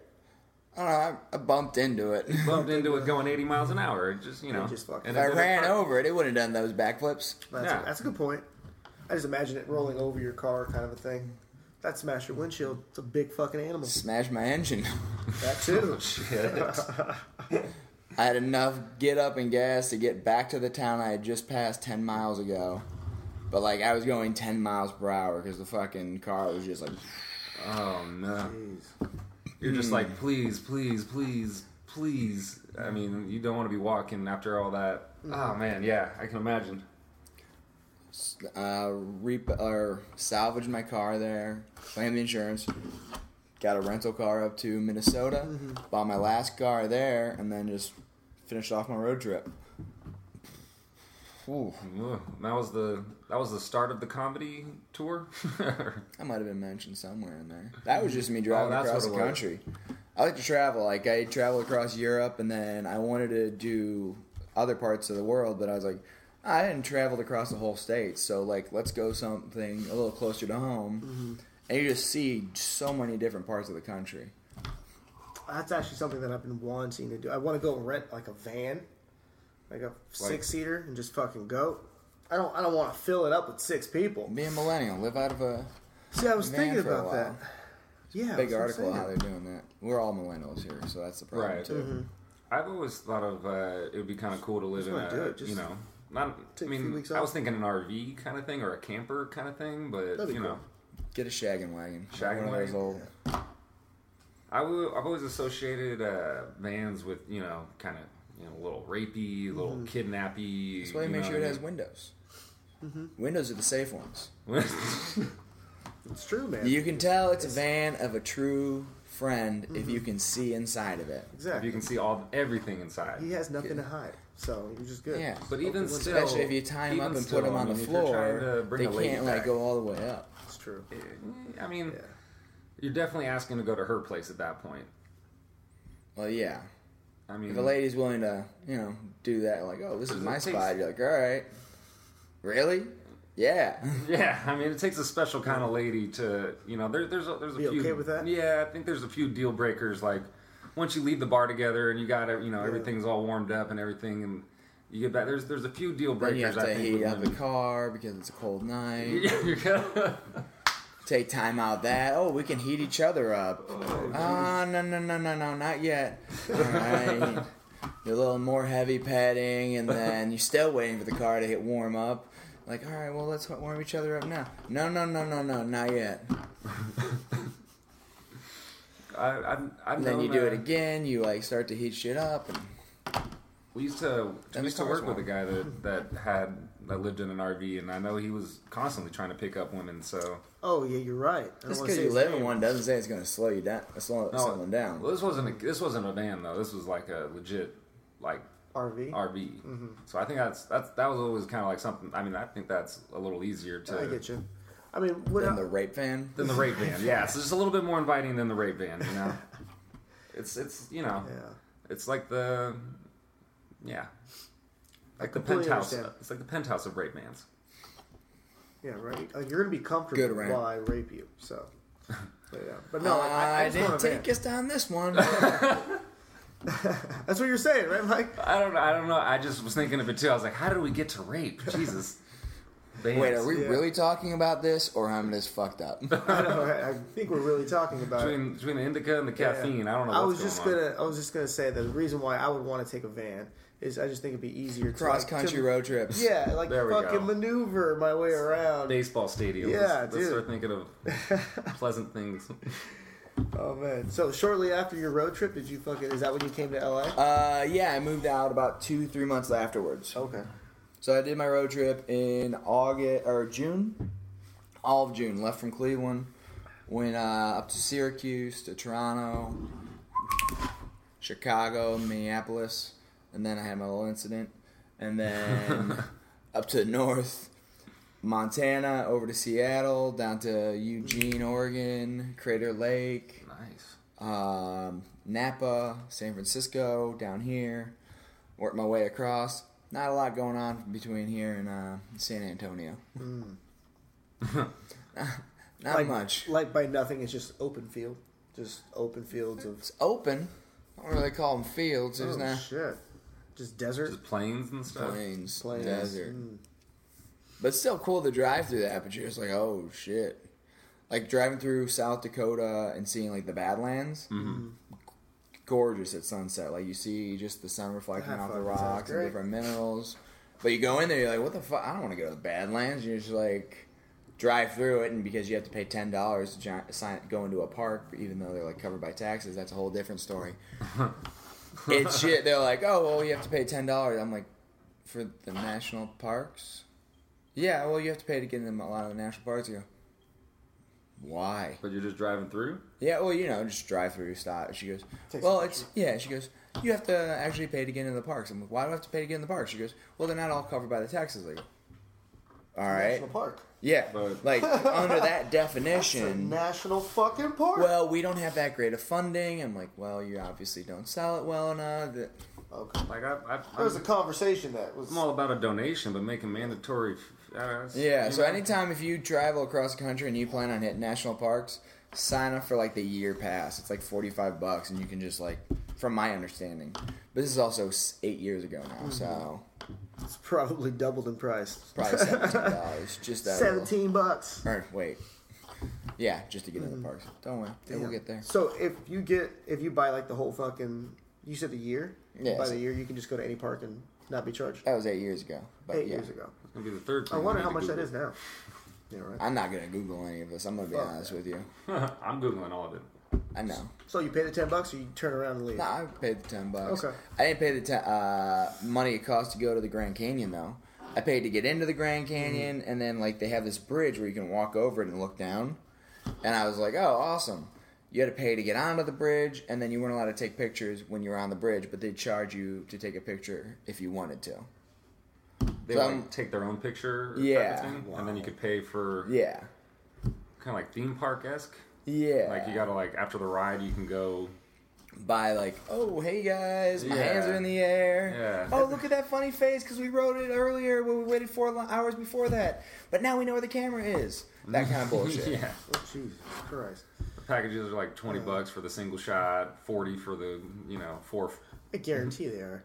[SPEAKER 3] I don't know. I, I bumped into it. If
[SPEAKER 1] Bumped into it going 80 miles an hour. It Just you know.
[SPEAKER 2] just fucking-
[SPEAKER 1] and it
[SPEAKER 3] I
[SPEAKER 1] did a
[SPEAKER 3] ran
[SPEAKER 1] car-
[SPEAKER 3] over it, it wouldn't have done those backflips.
[SPEAKER 2] That's,
[SPEAKER 1] Yeah.
[SPEAKER 2] that's a good point. I just imagine it rolling over your car, kind of a thing. That smashed your windshield. It's a big fucking animal.
[SPEAKER 3] Smashed my engine.
[SPEAKER 2] That too.
[SPEAKER 1] Shit.
[SPEAKER 3] I had enough get up and gas to get back to the town I had just passed 10 miles ago. But, like, I was going 10 miles per hour because the fucking car was just like,
[SPEAKER 1] Oh no.
[SPEAKER 2] Jeez.
[SPEAKER 1] You're just like, please, please, please, please. I mean, you don't want to be walking after all that.
[SPEAKER 2] Mm-hmm.
[SPEAKER 1] Oh man, yeah, I can imagine.
[SPEAKER 3] uh, re- or salvaged my car there, claimed the insurance, got a rental car up to Minnesota, bought my last car there, and then just finished off my road trip. Ooh,
[SPEAKER 1] Ugh, That was the that was the start of the comedy tour.
[SPEAKER 3] I might have been mentioned somewhere in there. That was just me driving
[SPEAKER 1] Oh, that's
[SPEAKER 3] across
[SPEAKER 1] what
[SPEAKER 3] the
[SPEAKER 1] it was.
[SPEAKER 3] country. I like to travel. Like I traveled across Europe, and then I wanted to do other parts of the world, but I was like, I hadn't traveled across the whole state, so like let's go something a little closer to home.
[SPEAKER 1] Mm-hmm.
[SPEAKER 3] And you just see so many different parts of the country.
[SPEAKER 2] That's actually something that I've been wanting to do. I want to go rent like a van, like a six seater, and just fucking go. I don't. I don't want to fill it up with six people.
[SPEAKER 3] Be a millennial, live out of a
[SPEAKER 2] See, I was
[SPEAKER 3] Van
[SPEAKER 2] thinking
[SPEAKER 3] for a
[SPEAKER 2] about that.
[SPEAKER 3] while.
[SPEAKER 2] Yeah,
[SPEAKER 3] big
[SPEAKER 2] that's what I'm
[SPEAKER 3] article on how
[SPEAKER 2] saying.
[SPEAKER 3] they're doing that. We're all millennials here, so that's the problem
[SPEAKER 1] Right.
[SPEAKER 3] too.
[SPEAKER 1] I've always thought of uh, it would be kind of cool to live in
[SPEAKER 2] wanna
[SPEAKER 1] a
[SPEAKER 2] do it, just
[SPEAKER 1] you know not. I
[SPEAKER 2] take a few
[SPEAKER 1] mean,
[SPEAKER 2] weeks
[SPEAKER 1] I was
[SPEAKER 2] off.
[SPEAKER 1] thinking an RV kind of thing or a camper kind of thing, but
[SPEAKER 2] That'd be
[SPEAKER 1] you know,
[SPEAKER 2] cool.
[SPEAKER 3] Get a shaggin' wagon,
[SPEAKER 1] Shaggin'
[SPEAKER 3] one of those
[SPEAKER 1] wagon,
[SPEAKER 3] old
[SPEAKER 1] I w- I've always associated uh, vans with you know kind of you know a little rapey, a little kidnappy.
[SPEAKER 3] Mm-hmm. That's why you
[SPEAKER 1] you
[SPEAKER 3] make
[SPEAKER 1] know
[SPEAKER 3] sure it
[SPEAKER 1] what I
[SPEAKER 3] has windows. Windows are the safe ones.
[SPEAKER 1] mean?
[SPEAKER 2] It's true, man.
[SPEAKER 3] You can tell it's a van of a true friend if
[SPEAKER 1] Mm-hmm.
[SPEAKER 3] you can see inside of it.
[SPEAKER 1] If you
[SPEAKER 2] exactly.
[SPEAKER 1] can see all everything inside.
[SPEAKER 2] He has nothing to hide, so you're just good.
[SPEAKER 3] Yeah.
[SPEAKER 1] But even
[SPEAKER 2] Especially
[SPEAKER 1] still,
[SPEAKER 3] Especially if you tie them
[SPEAKER 1] even
[SPEAKER 3] up and
[SPEAKER 1] still,
[SPEAKER 3] put them
[SPEAKER 1] I
[SPEAKER 3] on the
[SPEAKER 1] mean, if you're trying to
[SPEAKER 3] floor,
[SPEAKER 1] bring
[SPEAKER 3] they
[SPEAKER 1] a lady
[SPEAKER 3] can't like
[SPEAKER 1] back, eh,
[SPEAKER 3] go all the way up.
[SPEAKER 2] it's true.
[SPEAKER 1] I mean,
[SPEAKER 2] Yeah.
[SPEAKER 1] you're definitely asking to go to her place at that point.
[SPEAKER 3] Well, yeah.
[SPEAKER 1] I mean,
[SPEAKER 3] If a lady's willing to, you know, do that, like, oh, this
[SPEAKER 1] Does
[SPEAKER 3] is
[SPEAKER 1] Mm-hmm. it
[SPEAKER 3] my
[SPEAKER 1] taste-
[SPEAKER 3] spot, you're like, all right, really? Yeah.
[SPEAKER 1] yeah, I mean, it takes a special kind of lady to, you know, there, there's a, there's a
[SPEAKER 2] Be
[SPEAKER 1] few.
[SPEAKER 2] okay with that?
[SPEAKER 1] Yeah, I think there's a few deal breakers. Like once you leave the bar together and you got it, you know, everything's all warmed up and everything, and you get back. There's there's a few deal
[SPEAKER 3] then
[SPEAKER 1] breakers.
[SPEAKER 3] you have
[SPEAKER 1] I
[SPEAKER 3] to
[SPEAKER 1] think.
[SPEAKER 3] heat
[SPEAKER 1] with
[SPEAKER 3] up the
[SPEAKER 1] women.
[SPEAKER 3] car because it's a cold night.
[SPEAKER 1] You're gonna-
[SPEAKER 3] take time out of that. Oh, we can heat each other up. Ah, no, no, no, no, no, not yet. All right. You're a little more heavy petting, and then you're still waiting for the car to hit warm up. Like, all right, well, let's warm each other up now. No, no, no, no, no, not yet.
[SPEAKER 1] I, I've, I've
[SPEAKER 3] And then
[SPEAKER 1] known,
[SPEAKER 3] you do
[SPEAKER 1] uh,
[SPEAKER 3] it again. You like start to heat shit up. And
[SPEAKER 1] We used to
[SPEAKER 3] That
[SPEAKER 1] we
[SPEAKER 3] makes
[SPEAKER 1] used to
[SPEAKER 3] sense.
[SPEAKER 1] work with a guy that that had that lived in an RV, and I know he was constantly trying to pick up women. So
[SPEAKER 2] Oh yeah, you're right. I don't
[SPEAKER 3] just
[SPEAKER 2] wanna
[SPEAKER 3] because
[SPEAKER 2] say
[SPEAKER 3] you
[SPEAKER 2] his
[SPEAKER 3] live in
[SPEAKER 2] name.
[SPEAKER 3] one doesn't say it's going to slow you down. uh, Slow someone down.
[SPEAKER 1] Well, this wasn't a, this wasn't a van though. This was like a legit like
[SPEAKER 2] RV.
[SPEAKER 1] RV.
[SPEAKER 2] Mm-hmm.
[SPEAKER 1] So I think that's that's that was always kind of like something. I mean, I think that's a little easier to
[SPEAKER 2] I get you. I mean, what
[SPEAKER 3] Then the rape fan.
[SPEAKER 1] than the rape van. Yeah, it's just a little bit more inviting than the rape van. You know, it's it's you know,
[SPEAKER 2] yeah.
[SPEAKER 1] it's like the yeah, like the
[SPEAKER 2] completely
[SPEAKER 1] penthouse.
[SPEAKER 2] understand.
[SPEAKER 1] It's like the penthouse of rape vans.
[SPEAKER 2] Yeah, right. Like you're gonna be comfortable
[SPEAKER 3] Good rant.
[SPEAKER 2] while I rape you. So, but, yeah. but
[SPEAKER 3] No,
[SPEAKER 2] no, like, I, I,
[SPEAKER 3] I,
[SPEAKER 2] just
[SPEAKER 3] didn't
[SPEAKER 2] want a van.
[SPEAKER 3] take us down this one.
[SPEAKER 2] That's what you're saying, right, Mike?
[SPEAKER 1] I don't I don't know. I just was thinking of it too. I was like, how did we get to rape? Jesus. Vans.
[SPEAKER 3] Wait, are we
[SPEAKER 2] Yeah.
[SPEAKER 3] really talking about this, or I'm just fucked up?
[SPEAKER 2] I know. right? I think we're really talking about it.
[SPEAKER 1] between between the indica and the
[SPEAKER 2] Yeah.
[SPEAKER 1] caffeine? I don't know.
[SPEAKER 2] I
[SPEAKER 1] What's
[SPEAKER 2] was just
[SPEAKER 1] going on.
[SPEAKER 2] gonna. I was just gonna say that the reason why I would want to take a van is I just think it'd be easier to,
[SPEAKER 3] Cross
[SPEAKER 2] like,
[SPEAKER 3] country
[SPEAKER 2] to-
[SPEAKER 3] road trips.
[SPEAKER 2] Yeah, like
[SPEAKER 1] There we go.
[SPEAKER 2] fucking maneuver my way around.
[SPEAKER 1] baseball stadium.
[SPEAKER 2] Yeah,
[SPEAKER 1] let's,
[SPEAKER 2] dude.
[SPEAKER 1] let's start thinking of pleasant things.
[SPEAKER 2] Oh man! So shortly after your road trip, did you fucking? Is that when you came to LA?
[SPEAKER 3] Uh, yeah, I moved out about two, three months afterwards.
[SPEAKER 2] Okay.
[SPEAKER 3] So I did my road trip in August or June, all of June. Left from Cleveland, went uh, up to Syracuse, to Toronto, Chicago, Minneapolis, and then I had my little incident, and then up to the north, Montana, over to Seattle, down to Eugene, Oregon, Crater Lake,
[SPEAKER 1] Nice.
[SPEAKER 3] um, Napa, San Francisco, down here. Worked my way across. Not a lot going on between here and uh, San Antonio. Not
[SPEAKER 2] Hmm. Like-
[SPEAKER 3] much.
[SPEAKER 2] Like by nothing, it's just open field, just open fields of.
[SPEAKER 3] It's open. I don't really call them fields. There's
[SPEAKER 2] oh
[SPEAKER 3] not
[SPEAKER 2] shit! Just desert.
[SPEAKER 1] Just planes and stuff.
[SPEAKER 3] plains,
[SPEAKER 2] Plains. Hmm.
[SPEAKER 3] desert. But it's still cool to drive through the aperture. It's like, oh shit. Like driving through South Dakota and seeing like the Badlands.
[SPEAKER 2] Mm-hmm.
[SPEAKER 1] Mm-hmm.
[SPEAKER 3] Gorgeous at sunset. Like you see just the sun reflecting
[SPEAKER 2] That
[SPEAKER 3] off the
[SPEAKER 2] fucking sounds
[SPEAKER 3] rocks and
[SPEAKER 2] great.
[SPEAKER 3] different minerals. But you go in there, you're like, what the fuck? I don't want to go to the Badlands. You're just like, drive through it, and because you have to pay ten dollars to gi- sign, go into a park, even though they're like covered by taxes, that's a whole different story. it's shit. They're like, oh, well, you have to pay ten dollars. I'm like, for the national parks? Yeah, well, you have to pay to get in a lot of the national parks. You go, why?
[SPEAKER 1] But you're just driving through.
[SPEAKER 3] Yeah, well, you know, just drive through, stop. She goes,
[SPEAKER 2] Takes
[SPEAKER 3] well,
[SPEAKER 2] a
[SPEAKER 3] it's yeah. She goes, you have to actually pay to get into the parks. I'm like, why do I have to pay to get in the parks? She goes, well, they're not all covered by the taxes. Like, all right,
[SPEAKER 2] National park.
[SPEAKER 3] yeah,
[SPEAKER 1] But-
[SPEAKER 3] like under that
[SPEAKER 2] It's a
[SPEAKER 3] definition.
[SPEAKER 2] national fucking park.
[SPEAKER 3] Well, we don't have that great of funding. I'm like, well, you obviously don't sell it well enough. That-
[SPEAKER 2] okay.
[SPEAKER 1] Like I, I,
[SPEAKER 2] There was
[SPEAKER 1] I'm,
[SPEAKER 2] a conversation that was.
[SPEAKER 1] I'm all about a donation, but making mandatory. f- Uh,
[SPEAKER 3] Yeah.
[SPEAKER 1] you
[SPEAKER 3] So
[SPEAKER 1] know?
[SPEAKER 3] anytime if you travel across the country and you plan on hitting national parks, sign up for like the year pass. It's like forty five bucks, and you can just like, from my understanding, but this is also s- eight years ago now,
[SPEAKER 2] Mm-hmm.
[SPEAKER 3] so
[SPEAKER 2] It's probably doubled in price.
[SPEAKER 3] probably seventeen dollars. just that. little-
[SPEAKER 2] Seventeen bucks.
[SPEAKER 3] Or wait. Yeah, just to get
[SPEAKER 2] Mm.
[SPEAKER 3] into the parks. Don't worry, they will get there.
[SPEAKER 2] So if you get if you buy like the whole fucking you said the year
[SPEAKER 3] Yeah,
[SPEAKER 2] by
[SPEAKER 3] so-
[SPEAKER 2] the year you can just go to any park and not be charged.
[SPEAKER 3] That was eight years ago, but
[SPEAKER 2] Eight
[SPEAKER 3] yeah.
[SPEAKER 2] years ago.
[SPEAKER 1] It's gonna be the third.
[SPEAKER 2] I
[SPEAKER 1] thing
[SPEAKER 2] wonder
[SPEAKER 1] we
[SPEAKER 2] how
[SPEAKER 1] need
[SPEAKER 2] much
[SPEAKER 1] to
[SPEAKER 2] that is now. Yeah, right.
[SPEAKER 3] I'm not gonna Google any of this. I'm gonna be
[SPEAKER 2] Fuck
[SPEAKER 3] honest
[SPEAKER 2] that.
[SPEAKER 3] with you.
[SPEAKER 1] Google. I'm googling all of it.
[SPEAKER 3] I know.
[SPEAKER 2] So you pay the ten bucks, or you turn around and leave.
[SPEAKER 3] No, I paid the ten bucks.
[SPEAKER 2] Okay.
[SPEAKER 3] I didn't pay the ten, uh, money it cost to go to the Grand Canyon though. I paid to get into the Grand Canyon,
[SPEAKER 1] Mm-hmm.
[SPEAKER 3] and then like they have this bridge where you can walk over it and look down. And I was like, oh, awesome. You had to pay to get onto the bridge, and then you weren't allowed to take pictures when you were on the bridge, but they'd charge you to take a picture if you wanted to.
[SPEAKER 1] They
[SPEAKER 3] So
[SPEAKER 1] like
[SPEAKER 3] I'm-
[SPEAKER 1] take their own picture. type of
[SPEAKER 3] Yeah.
[SPEAKER 1] thing, And then you could pay for
[SPEAKER 3] Yeah.
[SPEAKER 1] kind of like theme park esque.
[SPEAKER 3] Yeah.
[SPEAKER 1] Like you gotta like after the ride you can go.
[SPEAKER 3] by like, oh hey guys, my
[SPEAKER 1] Yeah.
[SPEAKER 3] hands are in the air.
[SPEAKER 1] Yeah.
[SPEAKER 3] Oh look at that funny face because we wrote it earlier when we waited four lo- hours before that, but now we know where the camera is. That kind of bullshit.
[SPEAKER 1] yeah.
[SPEAKER 2] Oh, Jesus Christ!
[SPEAKER 1] The packages are like
[SPEAKER 2] Uh-huh.
[SPEAKER 1] twenty bucks for the single shot, forty for the you know four.
[SPEAKER 2] I guarantee they are.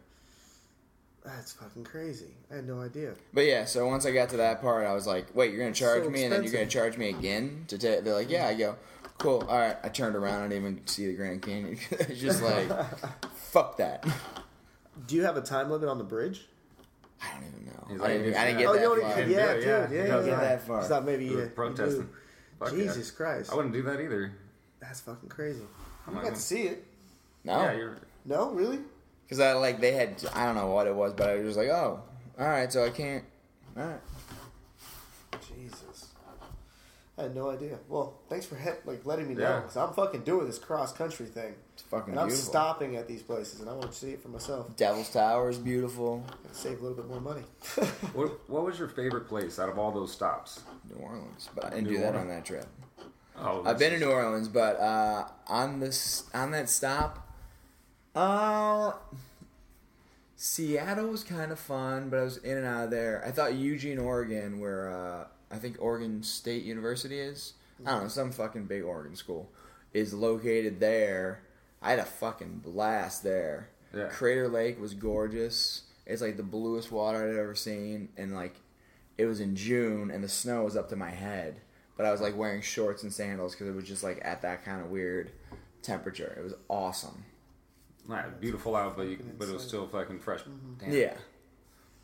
[SPEAKER 2] That's fucking crazy. I had no idea.
[SPEAKER 3] But yeah, so once I got to that part, I was like, "Wait, you're gonna charge
[SPEAKER 2] So
[SPEAKER 3] me, and then you're gonna
[SPEAKER 2] expensive.
[SPEAKER 3] charge me again to take?" They're like, "Yeah." I go, "Cool, all right." I turned around, I didn't even see the Grand Canyon. it's just like, fuck that.
[SPEAKER 2] Do you have a time limit on the bridge?
[SPEAKER 3] I don't even
[SPEAKER 1] He's
[SPEAKER 3] know.
[SPEAKER 1] like,
[SPEAKER 3] I didn't, I didn't get
[SPEAKER 1] Oh,
[SPEAKER 2] you
[SPEAKER 3] that
[SPEAKER 2] don't
[SPEAKER 3] far.
[SPEAKER 2] even-
[SPEAKER 1] Yeah,
[SPEAKER 2] yeah,
[SPEAKER 1] yeah,
[SPEAKER 2] dude, yeah,
[SPEAKER 1] you
[SPEAKER 2] yeah,
[SPEAKER 1] don't
[SPEAKER 2] yeah.
[SPEAKER 1] get
[SPEAKER 3] that far.
[SPEAKER 2] It's not maybe
[SPEAKER 1] We
[SPEAKER 2] you,
[SPEAKER 1] were
[SPEAKER 2] you
[SPEAKER 1] protesting.
[SPEAKER 2] do.
[SPEAKER 1] Fuck yeah.
[SPEAKER 2] Jesus Christ,
[SPEAKER 1] I wouldn't do that either.
[SPEAKER 2] that's fucking crazy.
[SPEAKER 1] I'm not
[SPEAKER 2] You got oh.
[SPEAKER 1] gonna-
[SPEAKER 2] to see it?
[SPEAKER 1] Yeah,
[SPEAKER 3] No,
[SPEAKER 1] you're.
[SPEAKER 2] No, really?
[SPEAKER 3] because I like they had I don't know what it was, but I was just like, "Oh, all right," so I can't. All right.
[SPEAKER 2] Jesus, I had no idea. Well, thanks for he- like letting me know
[SPEAKER 1] Yeah.
[SPEAKER 2] because I'm fucking doing this cross country thing,
[SPEAKER 3] It's fucking
[SPEAKER 2] and I'm
[SPEAKER 3] beautiful.
[SPEAKER 2] stopping at these places, and I want to see it for myself.
[SPEAKER 3] Devil's Tower is beautiful.
[SPEAKER 2] Gotta save a little bit more money.
[SPEAKER 1] What, what was your favorite place out of all those stops?
[SPEAKER 3] New Orleans, but I didn't
[SPEAKER 1] New
[SPEAKER 3] do that
[SPEAKER 1] Orleans.
[SPEAKER 3] on that trip.
[SPEAKER 1] Oh,
[SPEAKER 3] I've been to New Orleans, but uh, on this on that stop, uh, Seattle was kind of fun, but I was in and out of there. I thought Eugene, Oregon, where uh, I think Oregon State University is, I don't know, some fucking big Oregon school, is located there. I had a fucking blast there.
[SPEAKER 1] Yeah.
[SPEAKER 3] Crater Lake was gorgeous. It's like the bluest water I'd ever seen, and like it was in June and the snow was up to my head, but I was like wearing shorts and sandals because it was just like at that kind of weird temperature. It was awesome.
[SPEAKER 1] Not beautiful out, but you, but it was still fucking fresh. Damn.
[SPEAKER 3] Yeah.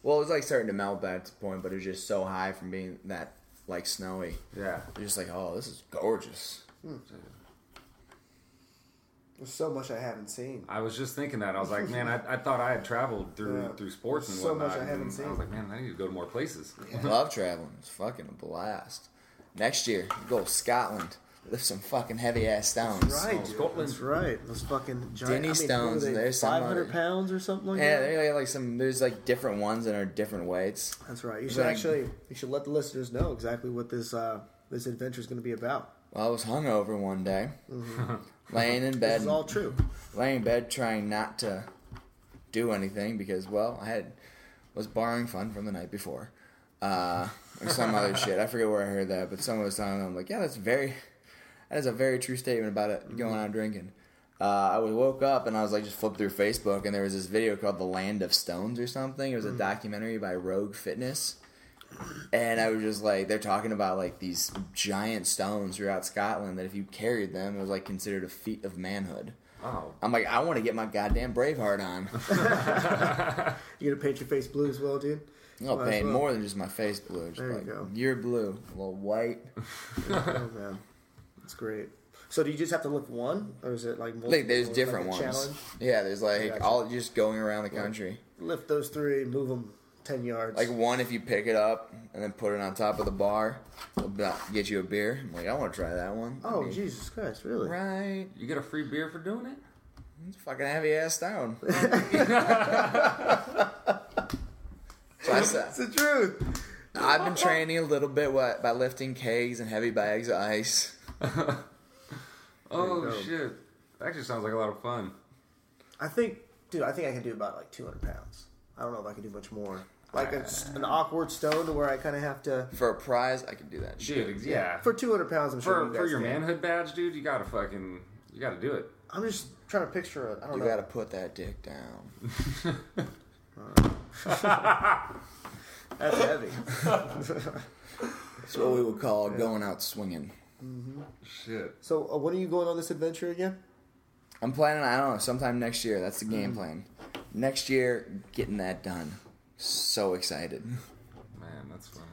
[SPEAKER 3] Well, it was like starting to melt by that point, but it was just so high from being that like snowy.
[SPEAKER 1] yeah.
[SPEAKER 3] You're just like, oh, this is gorgeous.
[SPEAKER 2] There's so much I haven't seen.
[SPEAKER 1] I was just thinking that. I was like, man, I, I thought I had traveled through
[SPEAKER 2] Yeah.
[SPEAKER 1] through sports and
[SPEAKER 2] So much
[SPEAKER 1] whatnot.
[SPEAKER 2] I haven't
[SPEAKER 1] and
[SPEAKER 2] seen.
[SPEAKER 1] I was like, man, I need to go to more places.
[SPEAKER 3] Love traveling. It's fucking a blast. Next year, go to Scotland. Lift some fucking heavy ass stones.
[SPEAKER 2] Right,
[SPEAKER 1] Oh,
[SPEAKER 2] dude,
[SPEAKER 1] Scotland.
[SPEAKER 2] That's right. Those fucking giant.
[SPEAKER 3] Denny stones, there's some
[SPEAKER 2] five hundred
[SPEAKER 3] other-
[SPEAKER 2] pounds or something like
[SPEAKER 3] Yeah,
[SPEAKER 2] that.
[SPEAKER 3] they got like some. There's like different ones that are different weights.
[SPEAKER 2] That's right. You
[SPEAKER 3] But
[SPEAKER 2] should
[SPEAKER 3] I-
[SPEAKER 2] actually you should let the listeners know exactly what this uh, this adventure is going to be about.
[SPEAKER 3] Well, I was hungover one day, laying in bed,
[SPEAKER 2] It's Mm-hmm. all true.
[SPEAKER 3] laying in bed trying not to do anything because well I had was borrowing fun from the night before uh, or some other shit I forget where I heard that but someone was telling me I'm like yeah that's very that is a very true statement about it going on drinking uh, I was woke up and I was like just flipped through Facebook and there was this video called The Land of Stones or something it was a documentary by Rogue Fitness and I was just like, they're talking about like these giant stones throughout Scotland that if you carried them, it was like considered a feat of manhood.
[SPEAKER 1] Oh,
[SPEAKER 3] I'm like, I want to get my goddamn Braveheart on.
[SPEAKER 2] You're gonna paint your face blue as well, dude.
[SPEAKER 3] I'll
[SPEAKER 2] Might as
[SPEAKER 3] paint
[SPEAKER 2] well.
[SPEAKER 3] more than just my face blue. Just
[SPEAKER 2] There you
[SPEAKER 3] like,
[SPEAKER 2] go.
[SPEAKER 3] You're blue, a little white.
[SPEAKER 2] Oh man, that's great. So do you just have to lift one, or is it like multiple?
[SPEAKER 3] Like
[SPEAKER 2] Is
[SPEAKER 3] there's
[SPEAKER 2] it a
[SPEAKER 3] different ones.
[SPEAKER 2] Challenge?
[SPEAKER 3] Yeah, there's like
[SPEAKER 2] Gotcha.
[SPEAKER 3] all just going around the country.
[SPEAKER 2] Lift those three, move them ten yards.
[SPEAKER 3] Like one, if you pick it up and then put it on top of the bar, it'll be- get you a beer. I'm like, I want to try that one.
[SPEAKER 2] oh
[SPEAKER 3] I mean,
[SPEAKER 2] Jesus Christ, really?
[SPEAKER 3] right.
[SPEAKER 1] you get a free beer for doing it?
[SPEAKER 3] It's a fucking heavy ass down. so I said,
[SPEAKER 2] That's the truth.
[SPEAKER 3] I've been training a little bit what, by lifting kegs and heavy bags of ice.
[SPEAKER 1] Oh
[SPEAKER 2] go.
[SPEAKER 1] shit! That actually sounds like a lot of fun.
[SPEAKER 2] I think, dude, I think I can do about like 200 pounds. I don't know if I can do much more. Like a, an awkward stone to where I kind of have to.
[SPEAKER 3] For a prize, I could do that shit.
[SPEAKER 1] Dude, yeah. For
[SPEAKER 2] For 200 pounds, I'm sure.
[SPEAKER 1] for,
[SPEAKER 2] you guys
[SPEAKER 1] your
[SPEAKER 2] can.
[SPEAKER 1] manhood badge, dude, you gotta fucking you gotta do it.
[SPEAKER 2] I'm just trying to picture it. I don't
[SPEAKER 3] You
[SPEAKER 2] know.
[SPEAKER 3] gotta put that dick down.
[SPEAKER 2] That's heavy.
[SPEAKER 3] That's what we would call going out swinging.
[SPEAKER 1] Shit.
[SPEAKER 2] so, uh, when are you going on this adventure again?
[SPEAKER 3] I'm planning, I don't know, sometime next year. That's the
[SPEAKER 2] Mm-hmm.
[SPEAKER 3] game plan. Next year, getting that done. So excited.
[SPEAKER 1] Man, that's fun.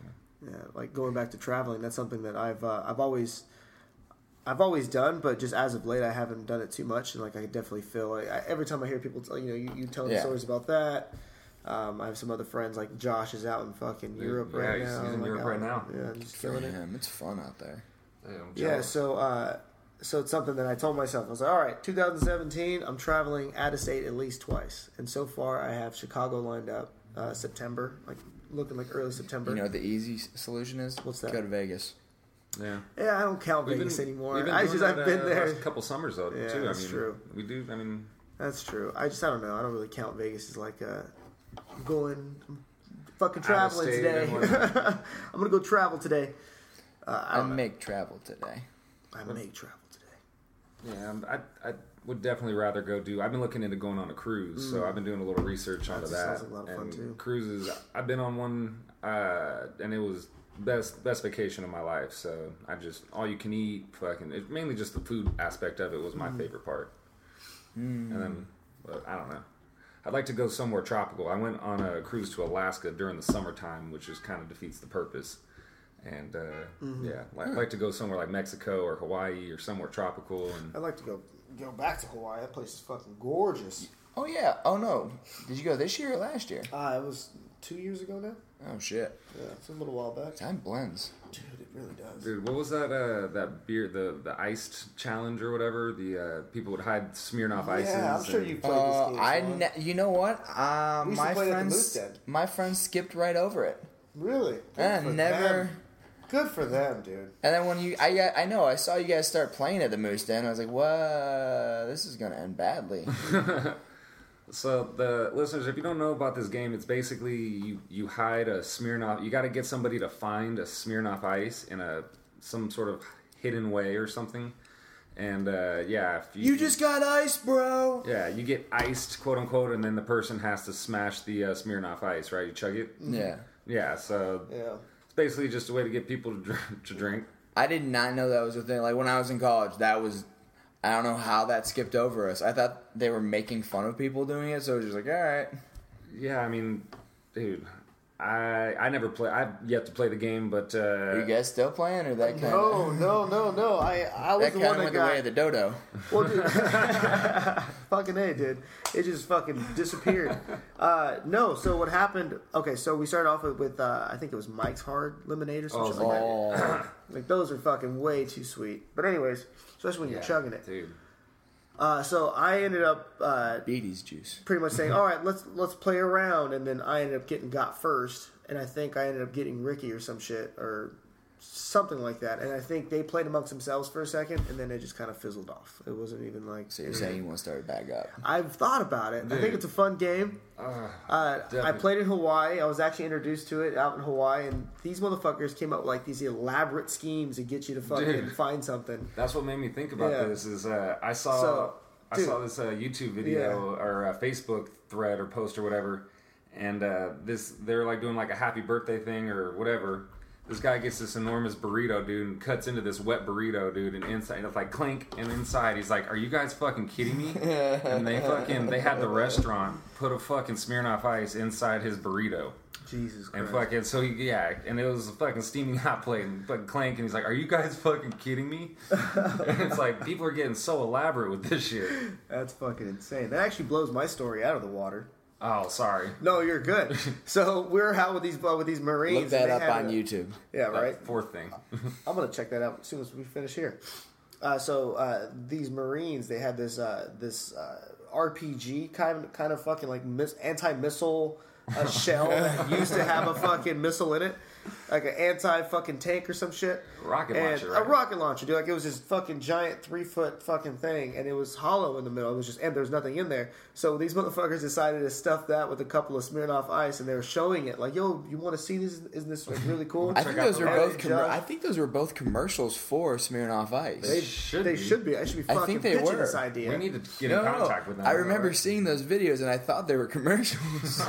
[SPEAKER 2] Yeah, like going back to traveling. That's something that I've uh, I've always I've always done, but just as of late, I haven't done it too much. And like, I definitely feel like I, every time I hear people, tell, you know, you, you telling me
[SPEAKER 3] Yeah.
[SPEAKER 2] stories about that. Um, I have some other friends like Josh is out in fucking Europe
[SPEAKER 1] yeah,
[SPEAKER 2] right
[SPEAKER 1] he's-
[SPEAKER 2] now.
[SPEAKER 1] he's in
[SPEAKER 2] like,
[SPEAKER 1] Europe
[SPEAKER 2] out-
[SPEAKER 1] right now.
[SPEAKER 2] Yeah, just
[SPEAKER 3] For
[SPEAKER 2] killing it.
[SPEAKER 3] him, it's fun out there.
[SPEAKER 1] Hey, I'm
[SPEAKER 2] Yeah,
[SPEAKER 1] jealous.
[SPEAKER 2] so uh, so it's something that I told myself. I was like, all right, 2017, I'm traveling out of state at least twice, and so far I have Chicago lined up uh, September, like looking like early September.
[SPEAKER 3] You know what the easy s- solution is?
[SPEAKER 2] What's that?
[SPEAKER 3] Go to Vegas.
[SPEAKER 1] yeah.
[SPEAKER 2] yeah, I don't count
[SPEAKER 1] We've been-
[SPEAKER 2] Vegas anymore.
[SPEAKER 1] we've been
[SPEAKER 2] I
[SPEAKER 1] doing
[SPEAKER 2] just I've
[SPEAKER 1] that,
[SPEAKER 2] been
[SPEAKER 1] uh,
[SPEAKER 2] there.
[SPEAKER 1] last couple summers though
[SPEAKER 2] Yeah,
[SPEAKER 1] too. I
[SPEAKER 2] that's
[SPEAKER 1] mean,
[SPEAKER 2] true.
[SPEAKER 1] we do. I mean,
[SPEAKER 2] That's true. I just I don't know. I don't really count Vegas as like uh, I'm going I'm fucking
[SPEAKER 1] Out of
[SPEAKER 2] traveling
[SPEAKER 1] state
[SPEAKER 2] today.
[SPEAKER 1] and
[SPEAKER 2] I'm gonna go travel today. Uh, I
[SPEAKER 1] Um,
[SPEAKER 3] I
[SPEAKER 2] don't know.
[SPEAKER 3] make travel today.
[SPEAKER 2] I make travel today.
[SPEAKER 1] Yeah, I'm- I, I would definitely rather go do. I've been looking into going on a cruise, so I've been doing a little research onto
[SPEAKER 2] Mm. That
[SPEAKER 1] that.
[SPEAKER 2] sounds like a lot of fun,
[SPEAKER 1] and
[SPEAKER 2] too.
[SPEAKER 1] Cruises. I've been on one, uh, and it was best best vacation of my life. So I just all you can eat, fucking. It, mainly just the food aspect of it was
[SPEAKER 2] Mm.
[SPEAKER 1] my favorite part. And then, but I don't know. I'd like to go somewhere tropical. I went on a cruise to Alaska during the summertime, which just kind of defeats the purpose. And uh,
[SPEAKER 2] Mm-hmm.
[SPEAKER 1] yeah, I'd like to go somewhere like Mexico or Hawaii or somewhere tropical and
[SPEAKER 2] I'd like to go go back to Hawaii. That place is fucking gorgeous.
[SPEAKER 3] Oh yeah. Oh no. Did you go this year or last year?
[SPEAKER 2] Uh, it was two years ago now.
[SPEAKER 3] Oh shit.
[SPEAKER 2] Yeah, it's a little while back.
[SPEAKER 3] Time blends.
[SPEAKER 2] Dude, it really does.
[SPEAKER 1] Dude, what was that? Uh, that beer, the the iced challenge or whatever. The uh, people would hide Smirnoff ices.
[SPEAKER 2] yeah, I'm sure
[SPEAKER 1] and-
[SPEAKER 2] you played this
[SPEAKER 3] Uh,
[SPEAKER 2] game.
[SPEAKER 3] I
[SPEAKER 2] Sean.
[SPEAKER 3] ne- you know what? Uh,
[SPEAKER 2] We used to
[SPEAKER 3] my
[SPEAKER 2] play it at the
[SPEAKER 3] friends
[SPEAKER 2] Moose Den.
[SPEAKER 3] my friends skipped right over it.
[SPEAKER 2] really
[SPEAKER 3] Yeah,
[SPEAKER 2] for
[SPEAKER 3] never.
[SPEAKER 2] Them. Good for them, dude.
[SPEAKER 3] And then when you, I, got- I know, I saw you guys start playing at the Moose Den. I was like, "Whoa, this is gonna end badly."
[SPEAKER 1] So the listeners, if you don't know about this game, it's basically you you hide a Smirnoff. You got to get somebody to find a Smirnoff ice in a some sort of hidden way or something. And uh, yeah, if
[SPEAKER 3] you just got ice, bro.
[SPEAKER 1] yeah you get iced quote unquote, and then the person has to smash the uh, Smirnoff ice, right? You chug it.
[SPEAKER 3] Yeah,
[SPEAKER 1] Yeah, so
[SPEAKER 2] Yeah.
[SPEAKER 1] it's basically just a way to get people to drink. To drink.
[SPEAKER 3] I did not know that was a thing. Like when I was in college, that was. I don't know how that skipped over us. I thought they were making fun of people doing it, so it was just like, all right.
[SPEAKER 1] Yeah, I mean, dude, I I never play. I've yet to play the game, but uh,
[SPEAKER 3] Are you guys still playing, or that kind of
[SPEAKER 2] No, no, no, no. I I was
[SPEAKER 3] that
[SPEAKER 2] the
[SPEAKER 3] kind of
[SPEAKER 2] one that
[SPEAKER 3] went the way
[SPEAKER 2] got
[SPEAKER 3] of the dodo?
[SPEAKER 2] Well, dude, fucking a, dude. It just fucking disappeared. Uh, no, so what happened? Okay, so we started off with uh, I think it was Mike's Hard Lemonade or something like that.
[SPEAKER 3] Oh,
[SPEAKER 2] Like those are fucking way too sweet. But anyways, especially when
[SPEAKER 1] yeah,
[SPEAKER 2] you're chugging it.
[SPEAKER 1] dude.
[SPEAKER 2] Uh, so I ended up uh,
[SPEAKER 3] Beatty's juice.
[SPEAKER 2] pretty much saying, "All right, let's let's play around," and then I ended up getting got first, and I think I ended up getting Ricky or some shit or something like that. And I think they played amongst themselves for a second, and then it just kind of fizzled off. It wasn't even like
[SPEAKER 3] So you're saying you want to start back up?
[SPEAKER 2] I've thought about it. I think
[SPEAKER 1] Dude. Ah,
[SPEAKER 2] it's a fun game. Uh, I
[SPEAKER 1] definitely.
[SPEAKER 2] played in Hawaii. I was actually introduced to it out in Hawaii, and these motherfuckers came up with like these elaborate schemes to get you to fucking
[SPEAKER 1] Dude.
[SPEAKER 2] find something.
[SPEAKER 1] That's what made me think about
[SPEAKER 2] Yeah.
[SPEAKER 1] this. Is uh, I saw
[SPEAKER 2] So,
[SPEAKER 1] I
[SPEAKER 2] dude.
[SPEAKER 1] saw this uh, YouTube video or uh, Facebook thread or post or whatever, and uh, this they're like doing like a happy birthday thing or whatever. This guy gets this enormous burrito, dude, and cuts into this wet burrito, dude, and inside and it's like clink, and inside he's like, "Are you guys fucking kidding me?" and they fucking they had the restaurant put a fucking Smirnoff Ice inside his burrito.
[SPEAKER 2] Jesus
[SPEAKER 1] And
[SPEAKER 2] Christ!
[SPEAKER 1] fucking, so he, yeah, and it was a fucking steaming hot plate and fucking clank, and he's like, Are you guys fucking kidding me? and it's like, people are getting so elaborate with this shit.
[SPEAKER 2] That's fucking insane. That actually blows my story out of the water.
[SPEAKER 1] Oh, sorry.
[SPEAKER 2] No, you're good. so we're out with these uh, with these Marines.
[SPEAKER 3] Look that
[SPEAKER 2] and
[SPEAKER 3] up
[SPEAKER 2] they had
[SPEAKER 3] on
[SPEAKER 2] a-
[SPEAKER 3] YouTube.
[SPEAKER 2] Yeah,
[SPEAKER 1] That
[SPEAKER 2] right.
[SPEAKER 1] Fourth thing.
[SPEAKER 2] I'm gonna check that out as soon as we finish here. Uh, so uh, these Marines, they had this uh, this uh, RPG kind of, kind of fucking like mis- anti missile uh, shell that used to have a fucking missile in it, like an anti fucking tank or some shit.
[SPEAKER 1] Rocket
[SPEAKER 2] And-
[SPEAKER 1] launcher,
[SPEAKER 2] A
[SPEAKER 1] right?
[SPEAKER 2] rocket launcher, dude. Like it was this fucking giant three foot fucking thing, and it was hollow in the middle. It was just and there was nothing in there. So these motherfuckers decided to stuff that with a couple of Smirnoff Ice, and they were showing it like, "Yo, you want to see this? Isn't this like really cool?"
[SPEAKER 3] I think
[SPEAKER 1] Check out
[SPEAKER 3] those
[SPEAKER 1] the
[SPEAKER 3] were
[SPEAKER 2] Larry
[SPEAKER 3] both. Commer-
[SPEAKER 2] Judge.
[SPEAKER 3] I think those were both commercials for Smirnoff Ice.
[SPEAKER 2] They
[SPEAKER 1] should
[SPEAKER 2] They
[SPEAKER 1] be.
[SPEAKER 2] should be. I should be
[SPEAKER 3] I
[SPEAKER 2] fucking
[SPEAKER 3] think they
[SPEAKER 2] pitching
[SPEAKER 3] were.
[SPEAKER 2] this idea.
[SPEAKER 1] We need to get in contact with them.
[SPEAKER 3] I remember
[SPEAKER 1] Right?
[SPEAKER 3] seeing those videos and I thought they were commercials.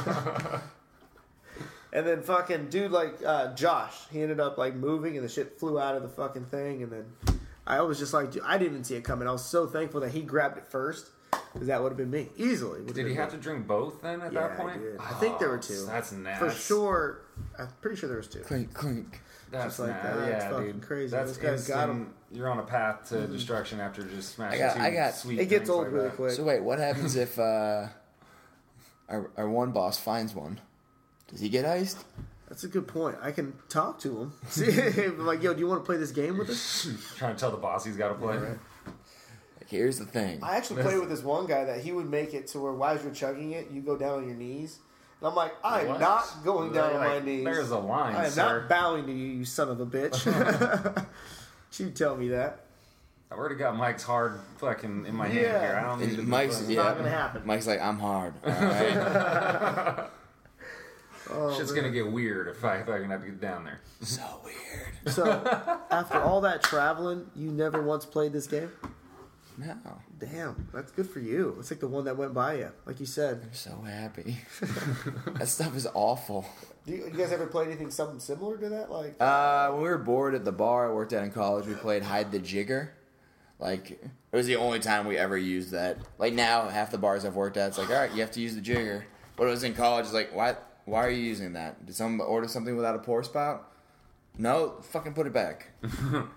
[SPEAKER 2] and then fucking dude like uh, Josh, he ended up like moving and the shit flew out of the fucking thing. And then I was just like, dude, I didn't even see it coming. I was so thankful that he grabbed it first because that would have been me easily. would've
[SPEAKER 1] Did he
[SPEAKER 2] been
[SPEAKER 1] have
[SPEAKER 2] me.
[SPEAKER 1] to drink both then at
[SPEAKER 2] Yeah,
[SPEAKER 1] that
[SPEAKER 2] I
[SPEAKER 1] point? Oh,
[SPEAKER 2] did. I think there were two.
[SPEAKER 1] That's nasty.
[SPEAKER 2] For sure, I'm pretty sure there was two.
[SPEAKER 3] clink, clink.
[SPEAKER 1] That's
[SPEAKER 2] like
[SPEAKER 1] na-
[SPEAKER 2] that. That's
[SPEAKER 1] Yeah,
[SPEAKER 2] fucking
[SPEAKER 1] dude.
[SPEAKER 2] crazy.
[SPEAKER 1] That's
[SPEAKER 2] This guy's got Mm-hmm.
[SPEAKER 1] instant- You're on a path to destruction after just smashing
[SPEAKER 3] got-
[SPEAKER 1] two
[SPEAKER 3] I got-
[SPEAKER 1] sweet
[SPEAKER 2] It gets
[SPEAKER 1] drinks
[SPEAKER 2] old
[SPEAKER 1] like
[SPEAKER 2] really
[SPEAKER 1] that.
[SPEAKER 2] quick.
[SPEAKER 3] So wait, what happens if uh, our, our one boss finds one? Does he get iced?
[SPEAKER 2] That's a good point. I can talk to him. See, I'm like, yo, do you want to play this game with us?
[SPEAKER 1] Trying to tell the boss he's got to play.
[SPEAKER 3] Like, here's the thing.
[SPEAKER 2] I actually played with this one guy that he would make it to where, while you're chugging it, you go down on your knees. And I'm like, I'm
[SPEAKER 1] What?
[SPEAKER 2] not going down on
[SPEAKER 1] Like,
[SPEAKER 2] my knees.
[SPEAKER 1] There's a line,
[SPEAKER 2] I am
[SPEAKER 1] sir.
[SPEAKER 2] not bowing to you, you son of a bitch. you tell me that.
[SPEAKER 1] I've already got Mike's hard fucking in my
[SPEAKER 2] Yeah.
[SPEAKER 1] hand here. I don't need to
[SPEAKER 3] And
[SPEAKER 1] be
[SPEAKER 3] Mike's
[SPEAKER 1] fucking-
[SPEAKER 3] yeah.
[SPEAKER 2] not gonna happen.
[SPEAKER 3] Mike's like, I'm hard. All right.
[SPEAKER 1] Shit's gonna get weird if I fucking have to get down there.
[SPEAKER 3] so weird.
[SPEAKER 2] So, after all that traveling, you never once played this game?
[SPEAKER 3] No.
[SPEAKER 2] Damn, that's good for you. It's like the one that went by you, like you said.
[SPEAKER 3] I'm so happy. that stuff is awful.
[SPEAKER 2] Do you, you guys ever play anything something similar to that? Like
[SPEAKER 3] Uh, when we were bored at the bar I worked at in college, we played Hide the Jigger. Like, it was the only time we ever used that. Like, now, half the bars I've worked at, it's like, all right, you have to use the jigger. But it was in college, it's like, why, why are you using that? Did someone order something without a pour spout? No, fucking put it back. Oh,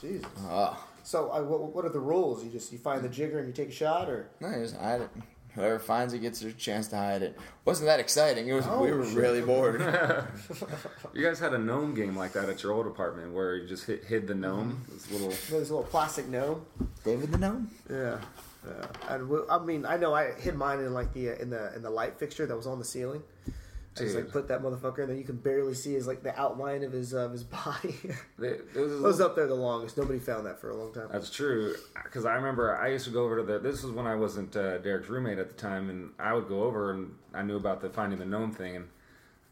[SPEAKER 2] Jesus.
[SPEAKER 3] Ugh.
[SPEAKER 2] So, I, what, what are the rules? You just you find the jigger and you take a shot, or
[SPEAKER 3] No, you just hide it. Whoever finds it gets their chance to hide it. Wasn't that exciting? It was.
[SPEAKER 2] Oh,
[SPEAKER 3] we were
[SPEAKER 2] shit.
[SPEAKER 3] really bored.
[SPEAKER 1] You guys had a gnome game like that at your old apartment where you just hid, hid the gnome.
[SPEAKER 3] Mm-hmm.
[SPEAKER 1] This little.
[SPEAKER 2] there's a little plastic gnome.
[SPEAKER 3] David the gnome.
[SPEAKER 2] Yeah. Yeah. And we, I mean, I know I hid mine in like the uh, in the in the light fixture that was on the ceiling. I just like
[SPEAKER 1] Dude.
[SPEAKER 2] put that motherfucker in there. You can barely see his like the outline of his of his body. it
[SPEAKER 1] There, there was this
[SPEAKER 2] was up there the longest. Nobody found that for a long time.
[SPEAKER 1] That's true. Because I remember I used to go over to the. This was when I wasn't uh, Derek's roommate at the time, and I would go over and I knew about the finding the gnome thing, and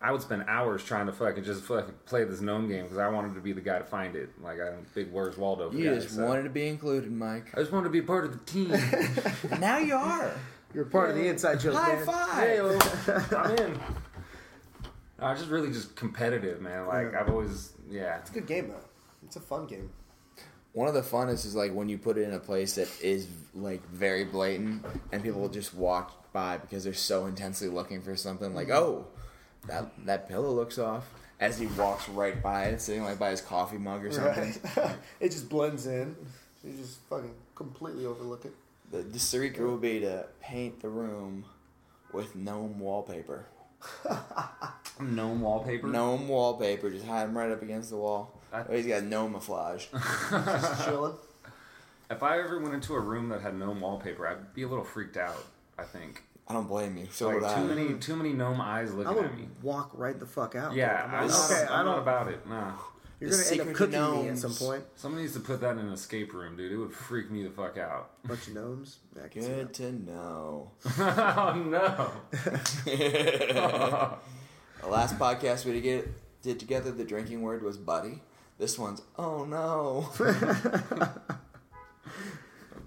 [SPEAKER 1] I would spend hours trying to fucking just fucking play this gnome game because I wanted to be the guy to find it. Like I'm a big Where's Waldo
[SPEAKER 3] You
[SPEAKER 1] guy.
[SPEAKER 3] just
[SPEAKER 1] so-
[SPEAKER 3] wanted to be included, Mike.
[SPEAKER 1] I just wanted to be part of the team.
[SPEAKER 3] now you are.
[SPEAKER 2] You're part of the inside joke,
[SPEAKER 3] High
[SPEAKER 2] man.
[SPEAKER 3] five.
[SPEAKER 1] hey, I'm in. I was just really just competitive, man. Like
[SPEAKER 2] Yeah.
[SPEAKER 1] I've always, yeah.
[SPEAKER 2] It's a good game though. It's a fun game.
[SPEAKER 3] One of the funnest is like when you put it in a place that is like very blatant, and people will just walk by because they're so intensely looking for something. Like,
[SPEAKER 1] Mm-hmm.
[SPEAKER 3] oh, that that pillow looks off. As he walks right by it, sitting like by his coffee mug or something.
[SPEAKER 2] Right? it just blends in. You just fucking completely overlook it.
[SPEAKER 3] The, the Sarika will be to paint the room with gnome wallpaper.
[SPEAKER 1] Gnome wallpaper.
[SPEAKER 3] Gnome wallpaper, just hide him right up against the wall.
[SPEAKER 1] Mm-hmm. I-
[SPEAKER 3] Oh, he's got gnomeiflage.
[SPEAKER 2] Just chilling.
[SPEAKER 1] If I ever went into a room that had gnome wallpaper, I'd be a little freaked out. I think.
[SPEAKER 3] I don't blame you. So
[SPEAKER 1] Like
[SPEAKER 3] would I.
[SPEAKER 1] too many, too many gnome eyes
[SPEAKER 2] I
[SPEAKER 1] looking at me.
[SPEAKER 2] would walk right the fuck out.
[SPEAKER 1] Yeah, I'm, not,
[SPEAKER 2] okay, I
[SPEAKER 1] I'm not
[SPEAKER 2] don't.
[SPEAKER 1] about it. Nah.
[SPEAKER 2] You're
[SPEAKER 3] The
[SPEAKER 2] gonna end up
[SPEAKER 3] secret
[SPEAKER 2] cooking me at
[SPEAKER 3] gnomes.
[SPEAKER 2] some point.
[SPEAKER 1] Somebody needs to put that in an escape room, dude. It would freak me the fuck out.
[SPEAKER 2] Bunch of gnomes. Yeah, I can see that.
[SPEAKER 3] Good to know.
[SPEAKER 1] oh no.
[SPEAKER 2] Oh,
[SPEAKER 3] The last podcast we did, get, did together, the drinking word was buddy. This one's oh no.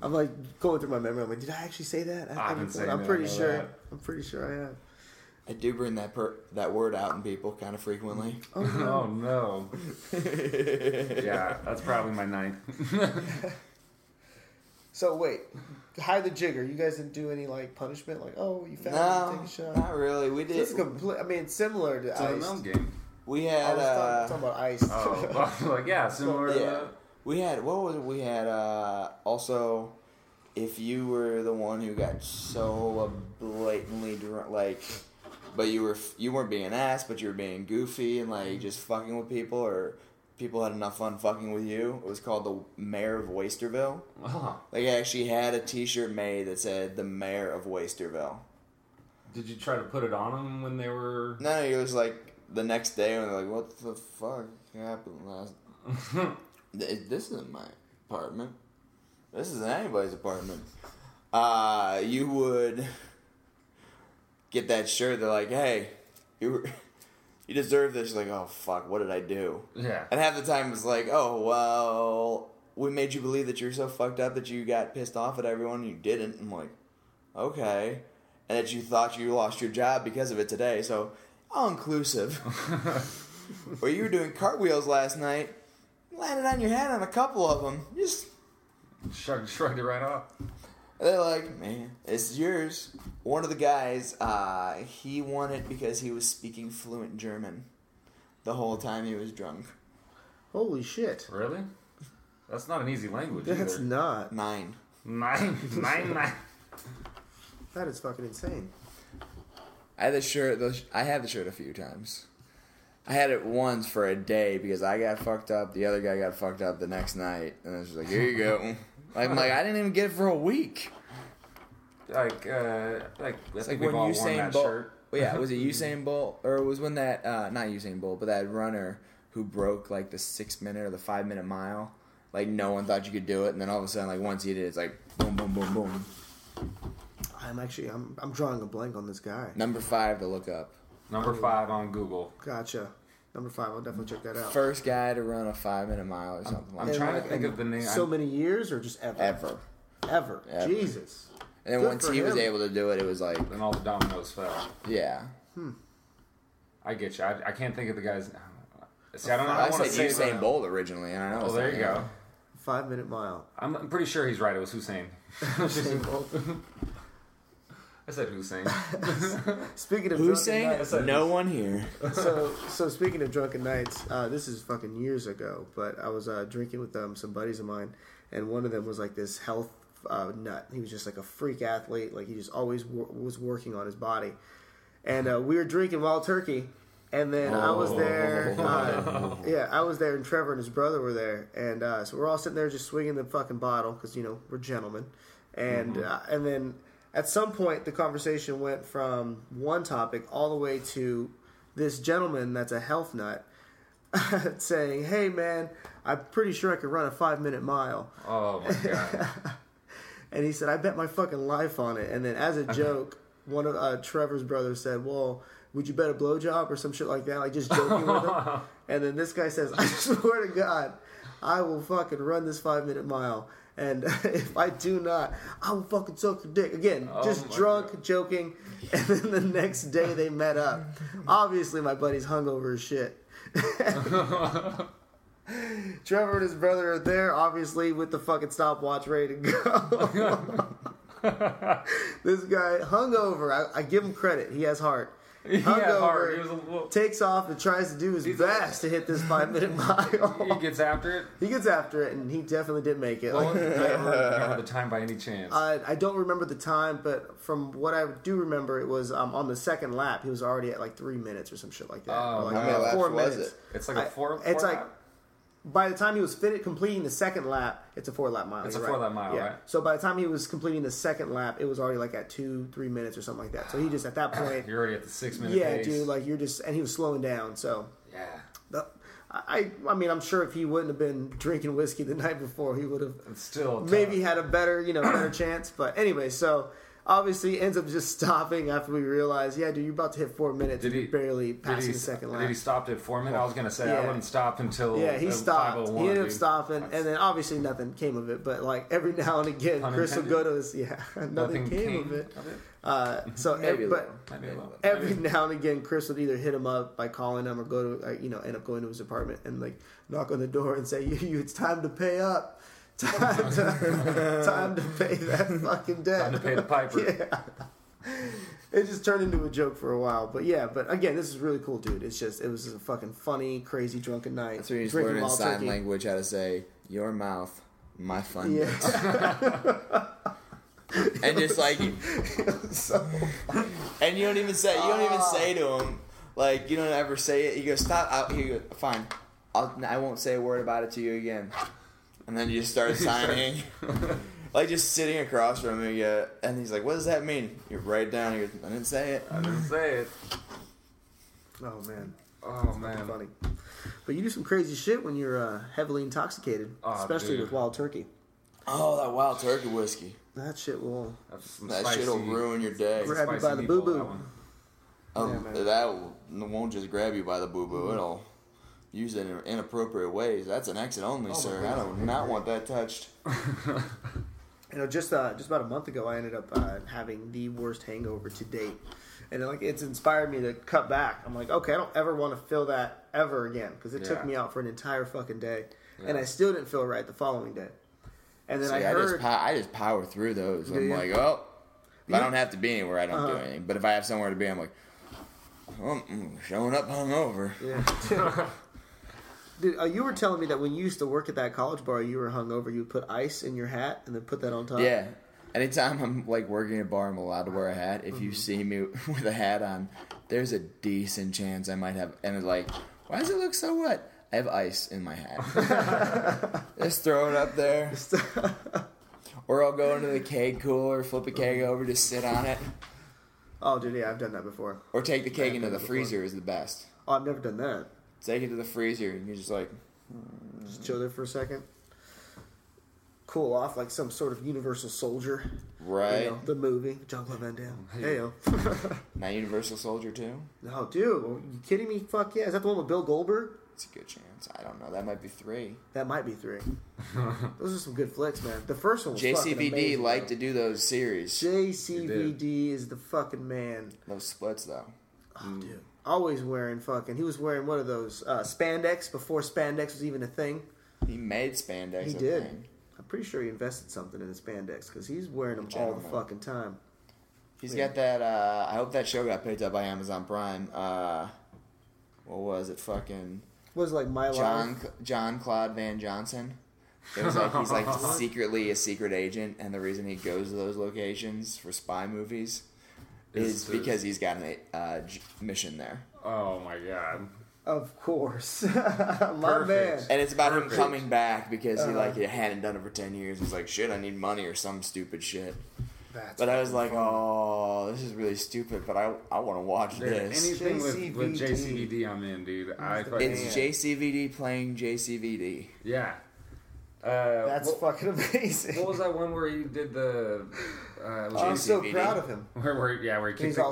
[SPEAKER 2] I'm like going through my memory. I'm like, did I actually say
[SPEAKER 1] I've
[SPEAKER 2] that? I,
[SPEAKER 1] been
[SPEAKER 2] haven't said
[SPEAKER 1] saying
[SPEAKER 2] it. I'm
[SPEAKER 1] that, I
[SPEAKER 2] pretty
[SPEAKER 1] know
[SPEAKER 2] sure.
[SPEAKER 1] that.
[SPEAKER 2] I'm pretty sure I have.
[SPEAKER 3] I do bring that per, that word out in people kind of frequently.
[SPEAKER 1] Oh no. yeah, that's probably my ninth.
[SPEAKER 2] So wait, hide the jigger. You guys didn't do any like punishment, like oh you found it,
[SPEAKER 3] no,
[SPEAKER 2] take a shot.
[SPEAKER 3] not really. We
[SPEAKER 2] This is
[SPEAKER 3] did.
[SPEAKER 2] complete. I mean, it's similar to
[SPEAKER 1] It's a
[SPEAKER 2] ice.
[SPEAKER 1] gnome game.
[SPEAKER 3] We
[SPEAKER 2] I
[SPEAKER 3] had
[SPEAKER 2] was talking, talking
[SPEAKER 3] uh,
[SPEAKER 2] about ice.
[SPEAKER 1] Oh, well, like yeah, similar. to
[SPEAKER 3] yeah.
[SPEAKER 1] that.
[SPEAKER 3] We had what was it? We had uh, also if you were the one who got so blatantly drunk, like, but you were f- you weren't being an ass, but you were being goofy and like just fucking with people, or people had enough fun fucking with you. It was called the Mayor of Wasterville.
[SPEAKER 1] Oh,
[SPEAKER 3] Like I actually had a T-shirt made that said "The Mayor of Wasterville."
[SPEAKER 1] did you try to put it on them when they were?
[SPEAKER 3] No, it was like the next day when they're like, "What the fuck happened last?" Th- this isn't my apartment. This isn't anybody's apartment. Uh, you would get that shirt. They're like, "Hey, you were, you deserve this." You're like, "Oh fuck, what did I do?"
[SPEAKER 1] yeah.
[SPEAKER 3] And half the time it's like, "Oh well, we made you believe that you're so fucked up that you got pissed off at everyone. and You didn't." I'm like, "Okay," and that you thought you lost your job because of it today. So all inclusive. Well, you were doing cartwheels last night. Landed on your head on a couple of them. Just
[SPEAKER 1] Shrugged, shrugged it right off.
[SPEAKER 3] they're like, man, this is yours. One of the guys, uh, he won it because he was speaking fluent German the whole time he was drunk.
[SPEAKER 2] Holy shit!
[SPEAKER 1] Really? That's not an easy language
[SPEAKER 2] That's
[SPEAKER 1] either.
[SPEAKER 2] not.
[SPEAKER 3] Nine.
[SPEAKER 1] nine, nine, nine.
[SPEAKER 2] That is fucking insane.
[SPEAKER 3] I had the shirt. The, I had the shirt a few times. I had it once for a day because I got fucked up. The other guy got fucked up the next night, and I was just like, "Here you go." Like, I'm like, I didn't even get it for a week.
[SPEAKER 1] Like, uh, like, I
[SPEAKER 3] It's like
[SPEAKER 1] think
[SPEAKER 3] when
[SPEAKER 1] we've all worn
[SPEAKER 3] Usain
[SPEAKER 1] that
[SPEAKER 3] Bolt.
[SPEAKER 1] shirt.
[SPEAKER 3] Well, yeah, was it Usain Bolt or it was when that uh, not Usain Bolt, but that runner who broke like the six minute or the five minute mile. Like no one thought you could do it, and then all of a sudden, like once you did, it's like boom, boom, boom, boom.
[SPEAKER 2] I'm actually. I'm. I'm drawing a blank on this guy.
[SPEAKER 3] Number five to look up.
[SPEAKER 1] Number five on Google.
[SPEAKER 2] Gotcha. Number five. I'll definitely check that out.
[SPEAKER 3] First guy to run a five minute mile or something
[SPEAKER 1] I'm
[SPEAKER 3] like that.
[SPEAKER 1] trying to
[SPEAKER 2] like,
[SPEAKER 1] think
[SPEAKER 2] in
[SPEAKER 1] of the name.
[SPEAKER 2] So
[SPEAKER 1] I'm-
[SPEAKER 2] many years or just ever?
[SPEAKER 3] Ever.
[SPEAKER 2] Ever.
[SPEAKER 3] Ever.
[SPEAKER 2] Jesus.
[SPEAKER 3] And then
[SPEAKER 2] Good
[SPEAKER 3] once
[SPEAKER 2] for
[SPEAKER 3] he was
[SPEAKER 2] him.
[SPEAKER 3] able to do it, it was like,
[SPEAKER 1] and all the dominoes fell.
[SPEAKER 3] yeah.
[SPEAKER 1] I get you. I, I can't think of the guys. See, I don't. I
[SPEAKER 3] I,
[SPEAKER 1] don't want to
[SPEAKER 3] said
[SPEAKER 1] say
[SPEAKER 3] Usain
[SPEAKER 1] the-
[SPEAKER 3] Bolt originally, and I know.
[SPEAKER 1] Oh,
[SPEAKER 3] it's
[SPEAKER 1] there
[SPEAKER 3] not
[SPEAKER 1] you
[SPEAKER 3] him.
[SPEAKER 1] go.
[SPEAKER 2] Five minute mile.
[SPEAKER 1] I'm, I'm pretty sure he's right. It was Hussein.
[SPEAKER 2] Usain Bolt.
[SPEAKER 1] I said Hussein.
[SPEAKER 2] Speaking of
[SPEAKER 3] Who's
[SPEAKER 2] drunken nights,
[SPEAKER 3] saying? No one here.
[SPEAKER 2] so so speaking of drunken nights, uh, this is fucking years ago, but I was uh, drinking with um, some buddies of mine, and one of them was like this health uh, nut. He was just like a freak athlete, like he just always wor- was working on his body, and uh, we were drinking wild turkey. And then I was there, uh, yeah, I was there, and Trevor and his brother were there, and uh, so we're all sitting there just swinging the fucking bottle because you know we're gentlemen, and uh, and then at some point the conversation went from one topic all the way to this gentleman that's a health nut saying, "Hey man, I'm pretty sure I could run a five minute mile."
[SPEAKER 1] oh my god.
[SPEAKER 2] And he said, "I bet my fucking life on it." And then as a joke, one of uh, Trevor's brothers said, "Well." Would you bet a blowjob or some shit like that? Like just joking with him. And then this guy says, "I swear to God, I will fucking run this five minute mile, and if I do not, I will fucking suck your dick again."
[SPEAKER 1] Oh
[SPEAKER 2] just
[SPEAKER 1] my
[SPEAKER 2] drunk,
[SPEAKER 1] God.
[SPEAKER 2] joking. And then the next day they met up. Obviously, my buddy's hungover as shit. Trevor and his brother are there, obviously, with the fucking stopwatch ready to go. this guy, hungover, I, I give him credit. He has heart.
[SPEAKER 1] He had
[SPEAKER 2] Hungover.
[SPEAKER 1] heart. He was a little.
[SPEAKER 2] Takes off and tries to do his
[SPEAKER 1] He's-
[SPEAKER 2] best to hit this five minute mile.
[SPEAKER 1] He gets after it.
[SPEAKER 2] he gets after it, and he definitely did make it.
[SPEAKER 1] Well,
[SPEAKER 2] Like,
[SPEAKER 1] I don't remember the time by any chance.
[SPEAKER 2] I, I don't remember the time, but from what I do remember, it was um, on the second lap. He was already at like three minutes or some shit like that.
[SPEAKER 1] Oh,
[SPEAKER 2] Or, like,
[SPEAKER 1] how
[SPEAKER 3] many laps was it?
[SPEAKER 1] it's like a
[SPEAKER 2] I-
[SPEAKER 1] four.
[SPEAKER 2] it's
[SPEAKER 1] four
[SPEAKER 2] like by the time he was finished completing the second lap, it's a four lap mile.
[SPEAKER 1] It's
[SPEAKER 2] you're
[SPEAKER 1] a four-lap mile, right?
[SPEAKER 2] So by the time he was completing the second lap, it was already like at two, three minutes or something like that. So he just at that point,
[SPEAKER 1] You're already at the six minute
[SPEAKER 2] yeah,
[SPEAKER 1] pace.
[SPEAKER 2] dude, like you're just and he was slowing down. So
[SPEAKER 1] yeah.
[SPEAKER 2] the, I, I mean, I'm sure if he wouldn't have been drinking whiskey the night before, he would have
[SPEAKER 1] It's still tough.
[SPEAKER 2] maybe had a better, you know, better chance. But anyway, so obviously ends up just stopping after we realize, yeah, dude, you're about to hit four minutes.
[SPEAKER 1] Did he-
[SPEAKER 2] and barely
[SPEAKER 1] Did
[SPEAKER 2] passing
[SPEAKER 1] he,
[SPEAKER 2] the second
[SPEAKER 1] did
[SPEAKER 2] lap?
[SPEAKER 1] he stop at four minutes? I was gonna say I
[SPEAKER 2] Yeah.
[SPEAKER 1] wouldn't stop until
[SPEAKER 2] Yeah, he
[SPEAKER 1] uh,
[SPEAKER 2] stopped.
[SPEAKER 1] 501,
[SPEAKER 2] He ended up
[SPEAKER 1] dude.
[SPEAKER 2] stopping, and then obviously nothing came of it. But like every now and again,
[SPEAKER 1] Pun
[SPEAKER 2] Chris will go
[SPEAKER 1] intended.
[SPEAKER 2] to his yeah, nothing, came, of it. Uh, so,
[SPEAKER 3] Maybe
[SPEAKER 2] ev- but
[SPEAKER 3] a little.
[SPEAKER 1] Maybe a little.
[SPEAKER 2] every now and again, Chris would either hit him up by calling him or go to like, you know end up going to his apartment and like knock on the door and say, "You, you it's time to pay up." Time to, time to pay that fucking debt.
[SPEAKER 1] Time to pay the piper.
[SPEAKER 2] Yeah. It just turned into a joke for a while, but yeah. But again, this is really cool, dude. It's just it was just a fucking funny, crazy drunken night.
[SPEAKER 3] That's when you just
[SPEAKER 2] Drinking
[SPEAKER 3] learning
[SPEAKER 2] wild
[SPEAKER 3] sign
[SPEAKER 2] turkey.
[SPEAKER 3] language how to say your mouth, my fun,
[SPEAKER 2] Yeah,
[SPEAKER 3] and just like,
[SPEAKER 2] so
[SPEAKER 3] and you don't even say, you don't even say to him, like you don't ever say it. You go stop. I'll, you go fine. I'll, I won't say a word about it to you again. And then you just start signing, like just sitting across from him. You go, and he's like, "What does that mean?" You're right down. You go, I didn't say it.
[SPEAKER 1] I didn't say it.
[SPEAKER 2] oh man,
[SPEAKER 1] Oh man.
[SPEAKER 2] funny. But you do some crazy shit when you're uh, heavily intoxicated,
[SPEAKER 1] Oh,
[SPEAKER 2] especially
[SPEAKER 1] dude.
[SPEAKER 2] with wild turkey.
[SPEAKER 3] Oh, that wild turkey whiskey.
[SPEAKER 2] That shit will.
[SPEAKER 1] That's some
[SPEAKER 3] That
[SPEAKER 1] spicy,
[SPEAKER 3] shit'll ruin your day.
[SPEAKER 2] Grab you
[SPEAKER 1] spicy
[SPEAKER 2] by the
[SPEAKER 1] meatball,
[SPEAKER 2] boo-boo.
[SPEAKER 1] that one.
[SPEAKER 3] Um,
[SPEAKER 2] Yeah, man. Mm-hmm.
[SPEAKER 3] that will- won't just grab you by the boo boo. It'll use it in inappropriate ways. That's an exit
[SPEAKER 2] Oh
[SPEAKER 3] only, sir. I do not want that touched.
[SPEAKER 2] You know, just uh, just about a month ago, I ended up uh, having the worst hangover to date, and like it's inspired me to cut back. I'm like, okay, I don't ever want to feel that ever again because it took
[SPEAKER 1] Yeah.
[SPEAKER 2] me out for an entire fucking day,
[SPEAKER 1] Yeah.
[SPEAKER 2] and I still didn't feel right the following day. And then
[SPEAKER 3] See,
[SPEAKER 2] I
[SPEAKER 3] I, just
[SPEAKER 2] heard,
[SPEAKER 3] pow- I just power through those. I'm
[SPEAKER 2] you?
[SPEAKER 3] like, oh, if I don't have to be anywhere, I don't do
[SPEAKER 2] Uh-huh.
[SPEAKER 3] anything. But if I have somewhere to be, I'm like, oh, mm, showing up hungover.
[SPEAKER 2] Uh-huh. yeah. Dude, uh, you were telling me that when you used to work at that college bar, you were hungover. You would put ice in your hat and then put that on top.
[SPEAKER 3] Yeah. Anytime I'm like working at a bar, I'm allowed to wear a hat. If
[SPEAKER 2] Mm-hmm.
[SPEAKER 3] you see me with a hat on, there's a decent chance I might have. And it's like, why does it look so wet? I have ice in my hat. just throw it up there. or I'll go into the keg cooler, flip a keg
[SPEAKER 2] Uh-huh.
[SPEAKER 3] over, just sit on it.
[SPEAKER 2] Oh, dude, yeah, I've done that before.
[SPEAKER 3] Or take the keg into
[SPEAKER 2] done
[SPEAKER 3] the
[SPEAKER 2] it before.
[SPEAKER 3] freezer is the best.
[SPEAKER 2] Oh, I've never done that.
[SPEAKER 3] Take it to the freezer and you're just like,
[SPEAKER 2] Just chill there for a second. cool off like some sort of universal soldier.
[SPEAKER 3] Right. Oh,
[SPEAKER 2] You know, the movie, John Claude Van Damme. Heyo.
[SPEAKER 3] Not Universal Soldier too.
[SPEAKER 2] no, dude, are you kidding me? Fuck yeah. Is that the one with Bill Goldberg?
[SPEAKER 3] It's a good chance. I don't know. That might be three.
[SPEAKER 2] That might be three. Those are some good flicks, man. The first one was fucking
[SPEAKER 3] JCVD
[SPEAKER 2] amazing,
[SPEAKER 3] liked
[SPEAKER 2] bro.
[SPEAKER 3] to do those series.
[SPEAKER 2] JCVD is the fucking man.
[SPEAKER 3] Those splits though.
[SPEAKER 2] Oh,
[SPEAKER 3] Mm.
[SPEAKER 2] dude. Always wearing fucking. He was wearing what are those? Uh, spandex before spandex was even a thing.
[SPEAKER 3] He made spandex.
[SPEAKER 2] He
[SPEAKER 3] I
[SPEAKER 2] did.
[SPEAKER 3] think.
[SPEAKER 2] I'm pretty sure he invested something in his spandex because he's wearing them all the
[SPEAKER 3] Gentleman.
[SPEAKER 2] fucking time.
[SPEAKER 3] He's
[SPEAKER 2] Yeah.
[SPEAKER 3] got that. Uh, I hope that show got picked up by Amazon Prime. Uh, what was it? Fucking
[SPEAKER 2] What is it, like my life?
[SPEAKER 3] John John Claude Van Johnson. It was like he's like secretly a secret agent, and the reason he goes to those locations for spy movies
[SPEAKER 1] Is
[SPEAKER 3] is
[SPEAKER 1] to-
[SPEAKER 3] because he's got a uh, j- mission there,
[SPEAKER 1] Oh my god.
[SPEAKER 2] Of course, my man.
[SPEAKER 1] Perfect.
[SPEAKER 3] and it's about
[SPEAKER 1] Perfect.
[SPEAKER 3] him coming back because he like hadn't done it for ten years. He's like, shit, I need money or some stupid shit.
[SPEAKER 2] That's
[SPEAKER 3] But I was like, oh, this is really stupid. But I I want to watch
[SPEAKER 1] Dude,
[SPEAKER 3] this.
[SPEAKER 1] anything with, with
[SPEAKER 2] JCVD.
[SPEAKER 1] JCVD, I'm in, dude. I
[SPEAKER 2] the
[SPEAKER 1] fucking,
[SPEAKER 3] It's
[SPEAKER 2] Yeah.
[SPEAKER 3] JCVD playing JCVD.
[SPEAKER 1] yeah. Uh,
[SPEAKER 2] that's
[SPEAKER 1] what,
[SPEAKER 2] fucking amazing.
[SPEAKER 1] what was that one where he did the? Uh,
[SPEAKER 2] Oh, I'm
[SPEAKER 1] was-
[SPEAKER 2] so
[SPEAKER 3] JCVD?
[SPEAKER 2] proud of him.
[SPEAKER 1] where, where yeah, where he kicked
[SPEAKER 2] He's
[SPEAKER 1] the,
[SPEAKER 2] all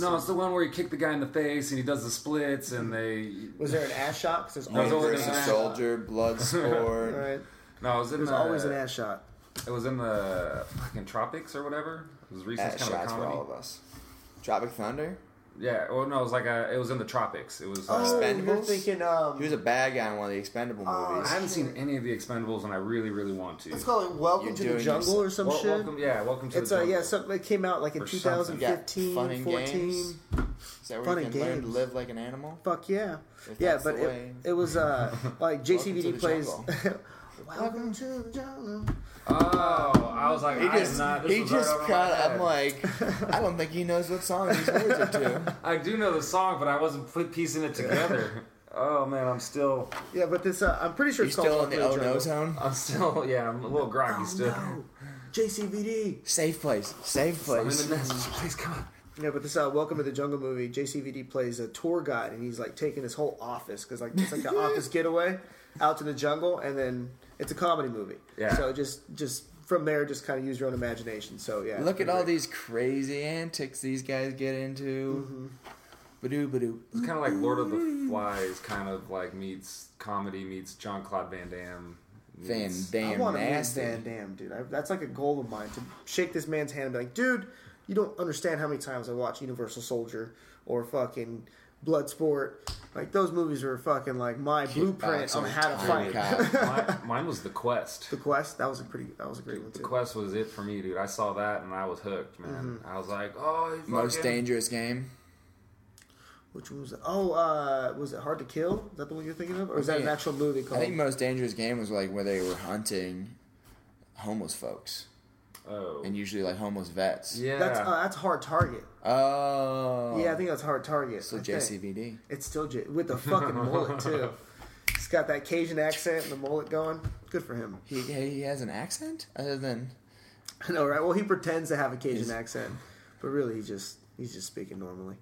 [SPEAKER 1] No, it's the one where he kicked the guy in the face and he does the splits and they.
[SPEAKER 2] was there an ass shot? 'Cause there's
[SPEAKER 1] No, it's
[SPEAKER 2] always,
[SPEAKER 1] always
[SPEAKER 3] Universe
[SPEAKER 1] an
[SPEAKER 3] of
[SPEAKER 1] ass
[SPEAKER 3] Soldier,
[SPEAKER 2] all
[SPEAKER 3] Bloodsport.
[SPEAKER 2] right.
[SPEAKER 1] No, it was in
[SPEAKER 2] There's
[SPEAKER 1] the,
[SPEAKER 2] always an ass shot.
[SPEAKER 1] It was in the fucking tropics or whatever. It was recent
[SPEAKER 3] That
[SPEAKER 1] kind of a
[SPEAKER 3] shots for
[SPEAKER 1] comedy.
[SPEAKER 3] all of us. Tropic Thunder.
[SPEAKER 1] Yeah. Well, no, it was like a. It was in the tropics. It was. Uh,
[SPEAKER 2] Oh, you're
[SPEAKER 3] Expendables?
[SPEAKER 2] thinking um,
[SPEAKER 3] He was a bad guy in one of the Expendable
[SPEAKER 2] Oh,
[SPEAKER 1] I
[SPEAKER 3] movies.
[SPEAKER 1] haven't seen any of the Expendables, and I really, really want to.
[SPEAKER 2] Let's call it Welcome
[SPEAKER 3] You're
[SPEAKER 2] to the
[SPEAKER 3] doing
[SPEAKER 2] Jungle
[SPEAKER 3] your-
[SPEAKER 2] or some
[SPEAKER 1] Wel-
[SPEAKER 2] shit.
[SPEAKER 1] welcome, yeah, welcome to
[SPEAKER 2] it's
[SPEAKER 1] the.
[SPEAKER 2] uh, yeah,
[SPEAKER 1] jungle.
[SPEAKER 2] something that came out like in
[SPEAKER 1] Or something.
[SPEAKER 3] Yeah,
[SPEAKER 2] 2015,
[SPEAKER 3] fun and
[SPEAKER 2] 14.
[SPEAKER 3] games. Is
[SPEAKER 2] Fun
[SPEAKER 3] that where you
[SPEAKER 2] and
[SPEAKER 3] can learn to
[SPEAKER 2] games.
[SPEAKER 3] live like an animal?
[SPEAKER 2] Fuck yeah,
[SPEAKER 3] If
[SPEAKER 2] yeah,
[SPEAKER 3] that's
[SPEAKER 2] but
[SPEAKER 3] the
[SPEAKER 2] it,
[SPEAKER 3] way.
[SPEAKER 2] it was uh like
[SPEAKER 3] to
[SPEAKER 2] JCVD
[SPEAKER 3] the
[SPEAKER 2] plays.
[SPEAKER 3] jungle.
[SPEAKER 2] welcome to the jungle.
[SPEAKER 1] Oh, I was like,
[SPEAKER 3] He
[SPEAKER 1] I am
[SPEAKER 3] just,
[SPEAKER 1] not. This
[SPEAKER 3] he
[SPEAKER 1] was right
[SPEAKER 3] just
[SPEAKER 1] over my
[SPEAKER 3] cut. I'm
[SPEAKER 1] head.
[SPEAKER 3] like, I don't think he knows what song these words are to.
[SPEAKER 1] I do know the song, but I wasn't put piecing it together. oh man, I'm still,
[SPEAKER 2] Yeah, but this uh, I'm pretty sure
[SPEAKER 3] You're
[SPEAKER 2] it's called
[SPEAKER 3] still in the oh
[SPEAKER 2] Welcome to
[SPEAKER 3] no
[SPEAKER 2] Jungle.
[SPEAKER 3] zone.
[SPEAKER 1] I'm still, yeah, I'm a little groggy still.
[SPEAKER 2] Oh, no. JCVD.
[SPEAKER 3] Safe place. Safe
[SPEAKER 1] I'm in
[SPEAKER 3] place.
[SPEAKER 1] the nest. Please come on.
[SPEAKER 2] Yeah, but this uh, Welcome to the Jungle movie, JCVD plays a tour guide, and he's like taking his whole office because like it's like an office getaway out to the jungle, and then it's a comedy movie.
[SPEAKER 1] Yeah.
[SPEAKER 2] So just just from there, just kind of use your own imagination. So yeah.
[SPEAKER 3] Look at all these crazy antics these guys get into.
[SPEAKER 1] Mm-hmm.
[SPEAKER 3] Badoo badoo.
[SPEAKER 1] It's kind of like Lord of the Flies, kind of like meets comedy meets John Claude Van Damme.
[SPEAKER 3] Van
[SPEAKER 1] meets-
[SPEAKER 2] I
[SPEAKER 3] Damme
[SPEAKER 2] want to meet
[SPEAKER 3] nasty.
[SPEAKER 2] Van Damme, dude. I, that's like a goal of mine to shake this man's hand and be like, dude, you don't understand how many times I watch Universal Soldier or fucking Bloodsport. Like those movies are fucking like my blueprint on
[SPEAKER 3] Kickboxer,
[SPEAKER 2] how to
[SPEAKER 3] Tiger
[SPEAKER 2] fight.
[SPEAKER 3] Cop.
[SPEAKER 1] mine, mine was the quest.
[SPEAKER 2] The Quest. That was a pretty. That was a great one
[SPEAKER 1] The
[SPEAKER 2] too.
[SPEAKER 1] quest was it for me, dude. I saw that and I was hooked, man.
[SPEAKER 2] Mm-hmm.
[SPEAKER 1] I was like, oh, he's
[SPEAKER 3] Most
[SPEAKER 1] fucking-
[SPEAKER 3] dangerous game.
[SPEAKER 2] Which one was that? Oh, uh, was it Hard to Kill? Is that the one you're thinking of, or is that an
[SPEAKER 3] Yeah.
[SPEAKER 2] actual movie
[SPEAKER 3] I
[SPEAKER 2] called?
[SPEAKER 3] think most dangerous game was like where they were hunting homeless folks
[SPEAKER 1] Oh,
[SPEAKER 3] and usually like homeless vets.
[SPEAKER 1] yeah.
[SPEAKER 2] that's uh, that's Hard Target.
[SPEAKER 3] Oh.
[SPEAKER 2] Yeah, I think that's Hard Target.
[SPEAKER 3] So
[SPEAKER 2] I think.
[SPEAKER 3] JCVD.
[SPEAKER 2] It's still J with the fucking mullet too. He's got that Cajun accent and the mullet going. Good for him.
[SPEAKER 3] He, he has an accent other than
[SPEAKER 2] I know, right? Well, he pretends to have a Cajun accent, but really he just he's just speaking normally.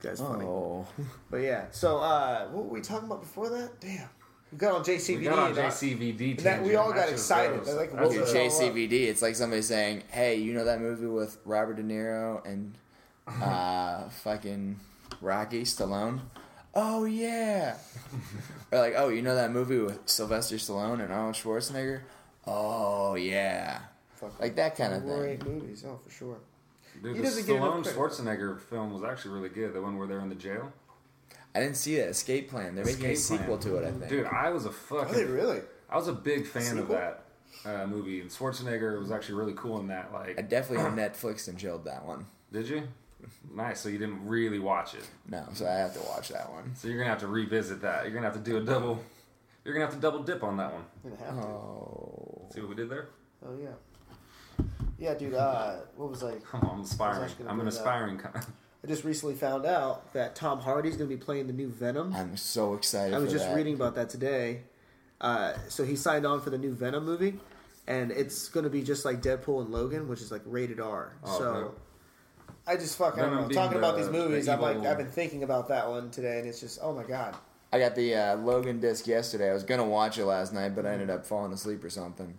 [SPEAKER 2] This guy's funny.
[SPEAKER 3] oh.
[SPEAKER 2] But yeah, so uh, what were we talking about before that? Damn, we got on JCVD.
[SPEAKER 1] we got on
[SPEAKER 2] and, uh,
[SPEAKER 1] JCVD.
[SPEAKER 2] that- we
[SPEAKER 1] tangent.
[SPEAKER 2] all got
[SPEAKER 1] just
[SPEAKER 2] excited.
[SPEAKER 1] goes-
[SPEAKER 2] They're like,
[SPEAKER 1] that's
[SPEAKER 2] whoa.
[SPEAKER 3] Dude,
[SPEAKER 1] a-
[SPEAKER 2] so, uh,
[SPEAKER 3] JCVD. It's like somebody saying, "Hey, you know that movie with Robert De Niro and uh, fucking Rocky Stallone?" Oh yeah. or like, "Oh, you know that movie with Sylvester Stallone and Arnold Schwarzenegger?" Oh yeah.
[SPEAKER 2] Fuck.
[SPEAKER 3] Like that kind of thing.
[SPEAKER 2] great movies. Oh, for sure.
[SPEAKER 1] Dude,
[SPEAKER 2] He
[SPEAKER 1] the
[SPEAKER 2] doesn't get enough
[SPEAKER 1] Stallone
[SPEAKER 2] credit.
[SPEAKER 1] Schwarzenegger film was actually really good. The one where they're in the jail.
[SPEAKER 3] I didn't see that Escape Plan. They're making a
[SPEAKER 1] Escape
[SPEAKER 3] sequel
[SPEAKER 1] Plan.
[SPEAKER 3] to it. I think.
[SPEAKER 1] Dude, I was a
[SPEAKER 2] Are they
[SPEAKER 1] fucking.
[SPEAKER 2] really?
[SPEAKER 1] I was a big fan of
[SPEAKER 2] Sequel?
[SPEAKER 1] that uh, movie, and Schwarzenegger was actually really cool in that.
[SPEAKER 3] I
[SPEAKER 1] Like,
[SPEAKER 3] definitely Netflix and chilled that one.
[SPEAKER 1] did you? Nice. So you didn't really watch it.
[SPEAKER 3] No, so I have to watch that one.
[SPEAKER 1] So you're gonna have to revisit that. You're gonna have to do a double. You're gonna have to double dip on that one.
[SPEAKER 2] I'm gonna have to.
[SPEAKER 3] Oh.
[SPEAKER 1] See what we did there?
[SPEAKER 2] Oh yeah. Yeah, dude. Uh, what was I?
[SPEAKER 1] Come on, I'm inspiring.
[SPEAKER 2] actually gonna
[SPEAKER 1] I'm an
[SPEAKER 2] bring it up.
[SPEAKER 1] aspiring. co-
[SPEAKER 2] I just recently found out that Tom Hardy's going to be playing the new Venom.
[SPEAKER 3] I'm so excited.
[SPEAKER 2] I was
[SPEAKER 3] for
[SPEAKER 2] just
[SPEAKER 3] that.
[SPEAKER 2] reading about that today. Uh, so he signed on for the new Venom movie, and it's going to be just like Deadpool and Logan, which is like rated R.
[SPEAKER 1] Oh,
[SPEAKER 2] so
[SPEAKER 1] okay.
[SPEAKER 2] I just fucking I don't
[SPEAKER 1] Venom
[SPEAKER 2] know.
[SPEAKER 1] being
[SPEAKER 2] Talking about
[SPEAKER 1] the-
[SPEAKER 2] these movies,
[SPEAKER 1] the
[SPEAKER 2] I'm like
[SPEAKER 1] evil-
[SPEAKER 2] I've been thinking about that one today, and it's just oh my god.
[SPEAKER 3] I got the uh, Logan disc yesterday. I was gonna watch it last night, but I ended up falling asleep or something.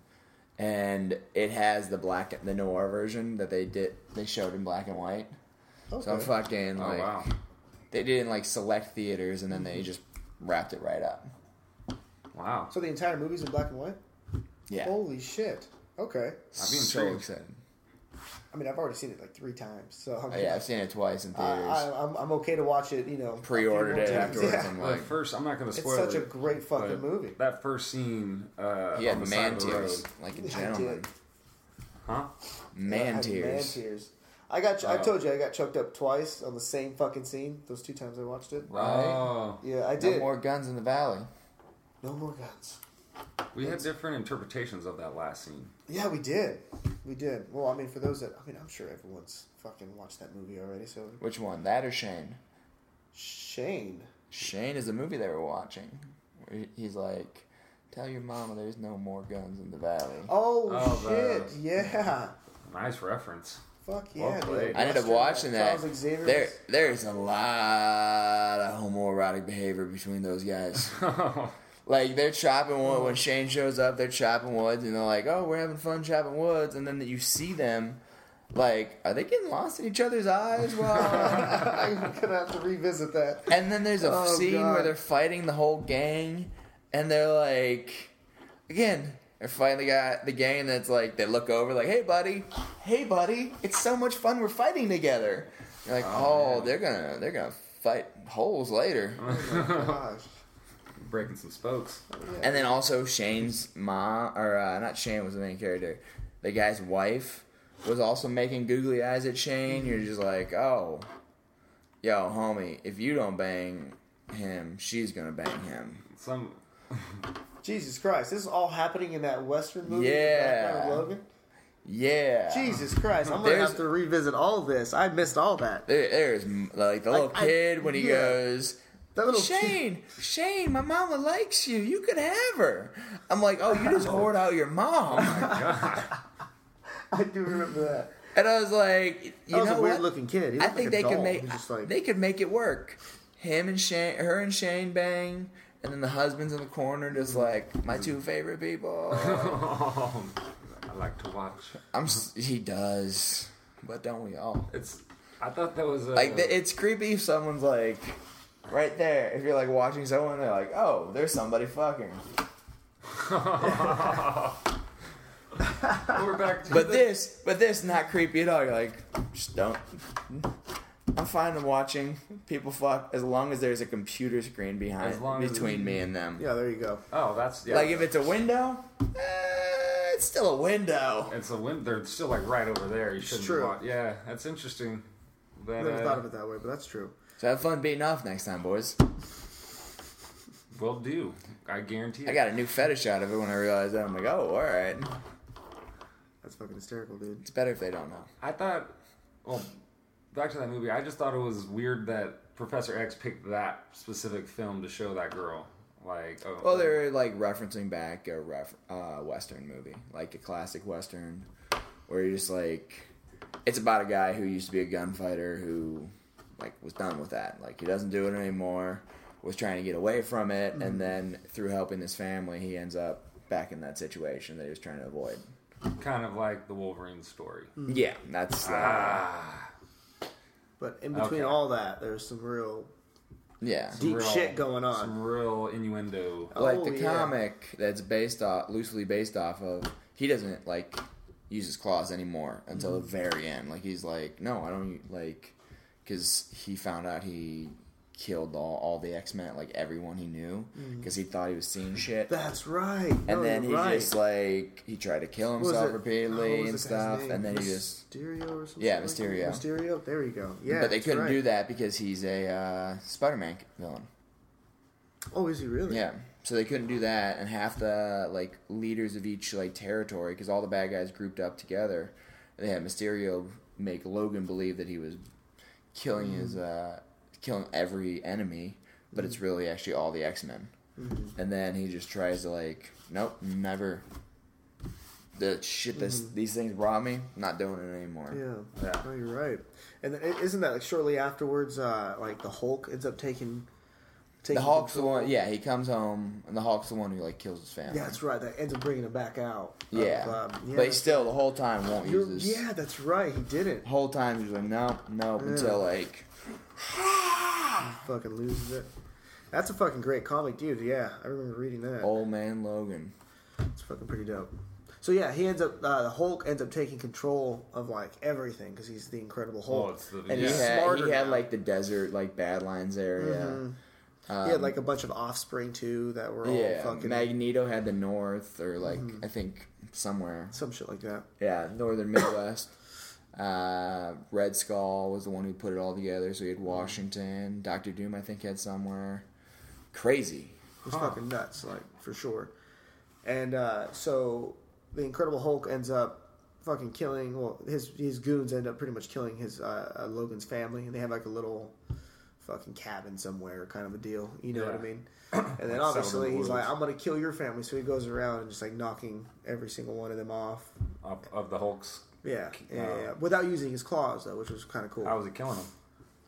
[SPEAKER 3] and it has the black the noir version that they did they showed in black and white. So I'm
[SPEAKER 2] Okay.
[SPEAKER 3] fucking
[SPEAKER 1] Oh
[SPEAKER 3] like
[SPEAKER 1] wow. Mm-hmm.
[SPEAKER 3] they did it in like select theaters and then they just wrapped it right up.
[SPEAKER 1] Wow.
[SPEAKER 2] So the entire movie's in black and white.
[SPEAKER 3] Yeah.
[SPEAKER 2] Holy shit. Okay.
[SPEAKER 1] I'd be
[SPEAKER 3] so
[SPEAKER 1] intrigued.
[SPEAKER 3] excited.
[SPEAKER 2] I mean, I've already seen it like three times, so I'm,
[SPEAKER 3] Oh, yeah, I've seen it twice in
[SPEAKER 2] I,
[SPEAKER 3] theaters.
[SPEAKER 2] I, I'm, I'm okay to watch it. You know,
[SPEAKER 3] Pre-ordered
[SPEAKER 2] a
[SPEAKER 3] it
[SPEAKER 2] few more times.
[SPEAKER 3] afterwards.
[SPEAKER 2] Yeah.
[SPEAKER 3] I'm
[SPEAKER 1] Well,
[SPEAKER 3] like,
[SPEAKER 1] at first, I'm not going to
[SPEAKER 2] It's
[SPEAKER 1] spoil
[SPEAKER 2] such a
[SPEAKER 1] it,
[SPEAKER 2] great fucking
[SPEAKER 1] but
[SPEAKER 2] movie.
[SPEAKER 1] That first scene uh,
[SPEAKER 3] he had
[SPEAKER 1] on the
[SPEAKER 3] man
[SPEAKER 1] side of the road,
[SPEAKER 3] tears, like a
[SPEAKER 2] Yeah, I
[SPEAKER 3] gentleman.
[SPEAKER 2] did.
[SPEAKER 1] huh?
[SPEAKER 2] Yeah, I
[SPEAKER 3] Man
[SPEAKER 2] had
[SPEAKER 3] tears.
[SPEAKER 2] Man tears. I got. I
[SPEAKER 1] Oh.
[SPEAKER 2] told you I got choked up twice on the same fucking scene. Those two times I watched it.
[SPEAKER 1] Oh,
[SPEAKER 2] Yeah, I
[SPEAKER 3] No
[SPEAKER 2] did.
[SPEAKER 3] more guns in the valley.
[SPEAKER 2] no more guns.
[SPEAKER 1] we had different interpretations of that last scene.
[SPEAKER 2] Yeah, we did. We did. Well, I mean, for those that, I mean, I'm sure everyone's fucking watched that movie already. So
[SPEAKER 3] Which one? That or Shane?
[SPEAKER 2] Shane.
[SPEAKER 3] Shane is the movie they were watching. Where he- He's like, "Tell your mama there's no more guns in the valley."
[SPEAKER 2] Oh,
[SPEAKER 1] Oh, the-
[SPEAKER 2] shit! Yeah.
[SPEAKER 1] Nice reference.
[SPEAKER 2] Fuck yeah!
[SPEAKER 1] Well played.
[SPEAKER 2] dude.
[SPEAKER 3] I ended up
[SPEAKER 2] Western,
[SPEAKER 3] watching
[SPEAKER 2] like,
[SPEAKER 3] that.
[SPEAKER 2] uh, Charles Xavier.
[SPEAKER 3] There, there's a lot of homoerotic behavior between those guys. like they're chopping wood
[SPEAKER 2] Oh.
[SPEAKER 3] when Shane shows up. They're chopping woods, and they're like, "Oh, we're having fun chopping woods," and then you see them. Like, are they getting lost in each other's eyes? Well,
[SPEAKER 2] I'm gonna have to revisit that.
[SPEAKER 3] and then there's a
[SPEAKER 2] Oh,
[SPEAKER 3] scene
[SPEAKER 2] God.
[SPEAKER 3] where they're fighting the whole gang, and they're like, again, they're fighting the guy, the gang that's like, they look over like, hey buddy, hey buddy, it's so much fun, we're fighting together. You're like, oh,
[SPEAKER 1] man.
[SPEAKER 3] they're gonna, they're gonna fight holes later.
[SPEAKER 2] Oh Gosh.
[SPEAKER 1] Breaking some spokes.
[SPEAKER 3] And then also Shane's mom, or uh, not Shane was the main character, the guy's wife was also making googly eyes at Shane. You're just like, oh, yo, homie, if you don't bang him, she's gonna bang him.
[SPEAKER 1] Some
[SPEAKER 2] Jesus Christ! This is all happening in that Western movie. in the
[SPEAKER 3] Yeah.
[SPEAKER 2] background of Logan.
[SPEAKER 3] Yeah.
[SPEAKER 2] Jesus Christ! I'm gonna
[SPEAKER 3] There's-
[SPEAKER 2] have to revisit all this. I missed all that.
[SPEAKER 3] There, there's m- like the little
[SPEAKER 2] I-
[SPEAKER 3] kid when he
[SPEAKER 2] yeah.
[SPEAKER 3] goes,
[SPEAKER 2] That little
[SPEAKER 3] Shane, Shane, my mama likes you. You could have her. I'm like, oh, you just whored out your mom.
[SPEAKER 2] I do remember that.
[SPEAKER 3] and I was like, you
[SPEAKER 2] That was
[SPEAKER 3] know
[SPEAKER 2] a weird
[SPEAKER 3] what?
[SPEAKER 2] looking kid. He
[SPEAKER 3] I
[SPEAKER 2] looked like
[SPEAKER 3] think they
[SPEAKER 2] a
[SPEAKER 3] could
[SPEAKER 2] doll.
[SPEAKER 3] make
[SPEAKER 2] He was just like,
[SPEAKER 3] they could make it work. Him and Shane, her and Shane bang, and then the husband's in the corner, just like my two favorite people.
[SPEAKER 1] I like to watch.
[SPEAKER 3] I'm s- he does, but don't we all?
[SPEAKER 1] It's. I thought that was a,
[SPEAKER 3] Like th- it's creepy if someone's like right there. If you're like watching someone, they're like, oh, there's somebody fucking.
[SPEAKER 1] We're back to
[SPEAKER 3] But
[SPEAKER 1] the-
[SPEAKER 3] this, but this, not creepy at all. You're like, just don't. I'm fine with watching people fuck as long as there's a computer screen behind
[SPEAKER 1] As long as-
[SPEAKER 3] between me and them.
[SPEAKER 2] yeah, there you go.
[SPEAKER 1] Oh, that's yeah.
[SPEAKER 3] Like if it's a window, eh, it's still a window.
[SPEAKER 1] it's a wind. They're still like right over there. You shouldn't.
[SPEAKER 2] true.
[SPEAKER 1] Watch. Yeah, that's interesting.
[SPEAKER 2] I
[SPEAKER 1] That,
[SPEAKER 2] never
[SPEAKER 1] uh,
[SPEAKER 2] thought of it that way, but that's true.
[SPEAKER 3] So have fun beating off next time, boys.
[SPEAKER 1] Will do. I guarantee it.
[SPEAKER 3] I got a new fetish out of it when I realized that. I'm like, oh, all right.
[SPEAKER 2] That's fucking hysterical, dude.
[SPEAKER 3] It's better if they don't know.
[SPEAKER 1] I thought, well, back to that movie. I just thought it was weird that Professor X picked that specific film to show that girl. Like, oh,
[SPEAKER 3] Well, they're like referencing back a ref- uh, Western movie, like a classic Western, where you're just like, it's about a guy who used to be a gunfighter who, like, was done with that. Like, he doesn't do it anymore. Was trying to get away from it, and then through helping his family, he ends up back in that situation that he was trying to avoid.
[SPEAKER 1] kind of like the Wolverine story.
[SPEAKER 2] Mm.
[SPEAKER 3] Yeah, that's uh,
[SPEAKER 1] Ah,
[SPEAKER 2] But in
[SPEAKER 1] Okay.
[SPEAKER 2] between all that, there's some real
[SPEAKER 3] yeah.
[SPEAKER 2] deep
[SPEAKER 1] real-
[SPEAKER 2] shit going on.
[SPEAKER 1] Some real innuendo.
[SPEAKER 3] like
[SPEAKER 2] Oh,
[SPEAKER 3] the
[SPEAKER 2] yeah.
[SPEAKER 3] comic that's based off loosely based off of he doesn't like use his claws anymore until
[SPEAKER 2] Mm-hmm.
[SPEAKER 3] the very end like he's like no i don't u- like because he found out he killed all, all the x-men like everyone he knew because he thought he was seeing shit
[SPEAKER 2] That's right.
[SPEAKER 3] and then he
[SPEAKER 2] Mm. you're right.
[SPEAKER 3] just like he tried to kill
[SPEAKER 2] What was
[SPEAKER 3] himself
[SPEAKER 2] it? Oh,
[SPEAKER 3] repeatedly
[SPEAKER 2] what was
[SPEAKER 3] and
[SPEAKER 2] the guy's
[SPEAKER 3] stuff
[SPEAKER 2] name?
[SPEAKER 3] and then he just
[SPEAKER 2] Mysterio or something.
[SPEAKER 3] Yeah,
[SPEAKER 2] like that?
[SPEAKER 3] Mysterio.
[SPEAKER 2] Mysterio. There you go. Yeah,
[SPEAKER 3] but they
[SPEAKER 2] that's
[SPEAKER 3] couldn't
[SPEAKER 2] right.
[SPEAKER 3] do that because he's a uh, spider-man villain
[SPEAKER 2] Oh, is he really?
[SPEAKER 3] Yeah. So they couldn't do that, and half the like leaders of each like territory, because all the bad guys grouped up together, they had Mysterio make Logan believe that he was killing his
[SPEAKER 2] Mm.
[SPEAKER 3] uh, killing every enemy, but it's really actually all the X Men.
[SPEAKER 2] Mm-hmm.
[SPEAKER 3] And then he just tries to like, nope, never. The shit this these things brought me, not doing it anymore.
[SPEAKER 2] Mm-hmm. Yeah.
[SPEAKER 1] Yeah.
[SPEAKER 2] Oh, you're right. And then, i- isn't that like shortly afterwards? Uh, like the Hulk ends up taking taking
[SPEAKER 3] the Hawk's the
[SPEAKER 2] control.
[SPEAKER 3] one. Yeah, he comes home, and the Hawk's the one who like kills his family.
[SPEAKER 2] Yeah, that's right. That ends up bringing him back out. of,
[SPEAKER 3] yeah.
[SPEAKER 2] um, yeah,
[SPEAKER 3] but he
[SPEAKER 2] that's-
[SPEAKER 3] still the whole time won't
[SPEAKER 2] you're-
[SPEAKER 3] use this.
[SPEAKER 2] yeah, that's right. He didn't.
[SPEAKER 3] The whole time he's like, no, no, until like
[SPEAKER 2] Fucking loses it. That's a fucking great comic, dude. Yeah, I remember reading that.
[SPEAKER 3] old man Logan.
[SPEAKER 2] It's fucking pretty dope. So yeah, he ends up. Uh, the Hulk ends up taking control of like everything because he's the Incredible Hulk.
[SPEAKER 1] Oh, it's the-
[SPEAKER 2] and
[SPEAKER 1] yeah.
[SPEAKER 3] He
[SPEAKER 2] he's
[SPEAKER 3] had,
[SPEAKER 2] smarter.
[SPEAKER 3] he had
[SPEAKER 2] now. Mm-hmm.
[SPEAKER 3] like the desert, like Badlands area. Um,
[SPEAKER 2] he had like a bunch of offspring too that were all
[SPEAKER 3] yeah,
[SPEAKER 2] fucking Mm-hmm.
[SPEAKER 3] Magneto had the north, or like I think somewhere.
[SPEAKER 2] some shit like that.
[SPEAKER 3] Yeah, northern Midwest. uh, Red Skull was the one who put it all together. So he
[SPEAKER 2] Mm-hmm.
[SPEAKER 3] had Washington. Doctor Doom, I think, had somewhere. Crazy.
[SPEAKER 2] It's fucking nuts, like for sure. And uh, so the Incredible Hulk ends up fucking killing. Well, his his goons end up pretty much killing his uh, uh, Logan's family, and they have like a little fucking cabin somewhere, kind of a deal. You know what I
[SPEAKER 1] Yeah.
[SPEAKER 2] mean? And then
[SPEAKER 1] Like
[SPEAKER 2] obviously
[SPEAKER 1] settling
[SPEAKER 2] he's like,
[SPEAKER 1] wounds.
[SPEAKER 2] "I'm gonna kill your family," so he goes around and just like knocking every single one of them off.
[SPEAKER 1] of, of the Hulk's.
[SPEAKER 2] Yeah, yeah,
[SPEAKER 1] Wow.
[SPEAKER 2] yeah, yeah. Without using his claws though, which was kind of
[SPEAKER 1] How
[SPEAKER 2] cool.
[SPEAKER 1] was he killing him?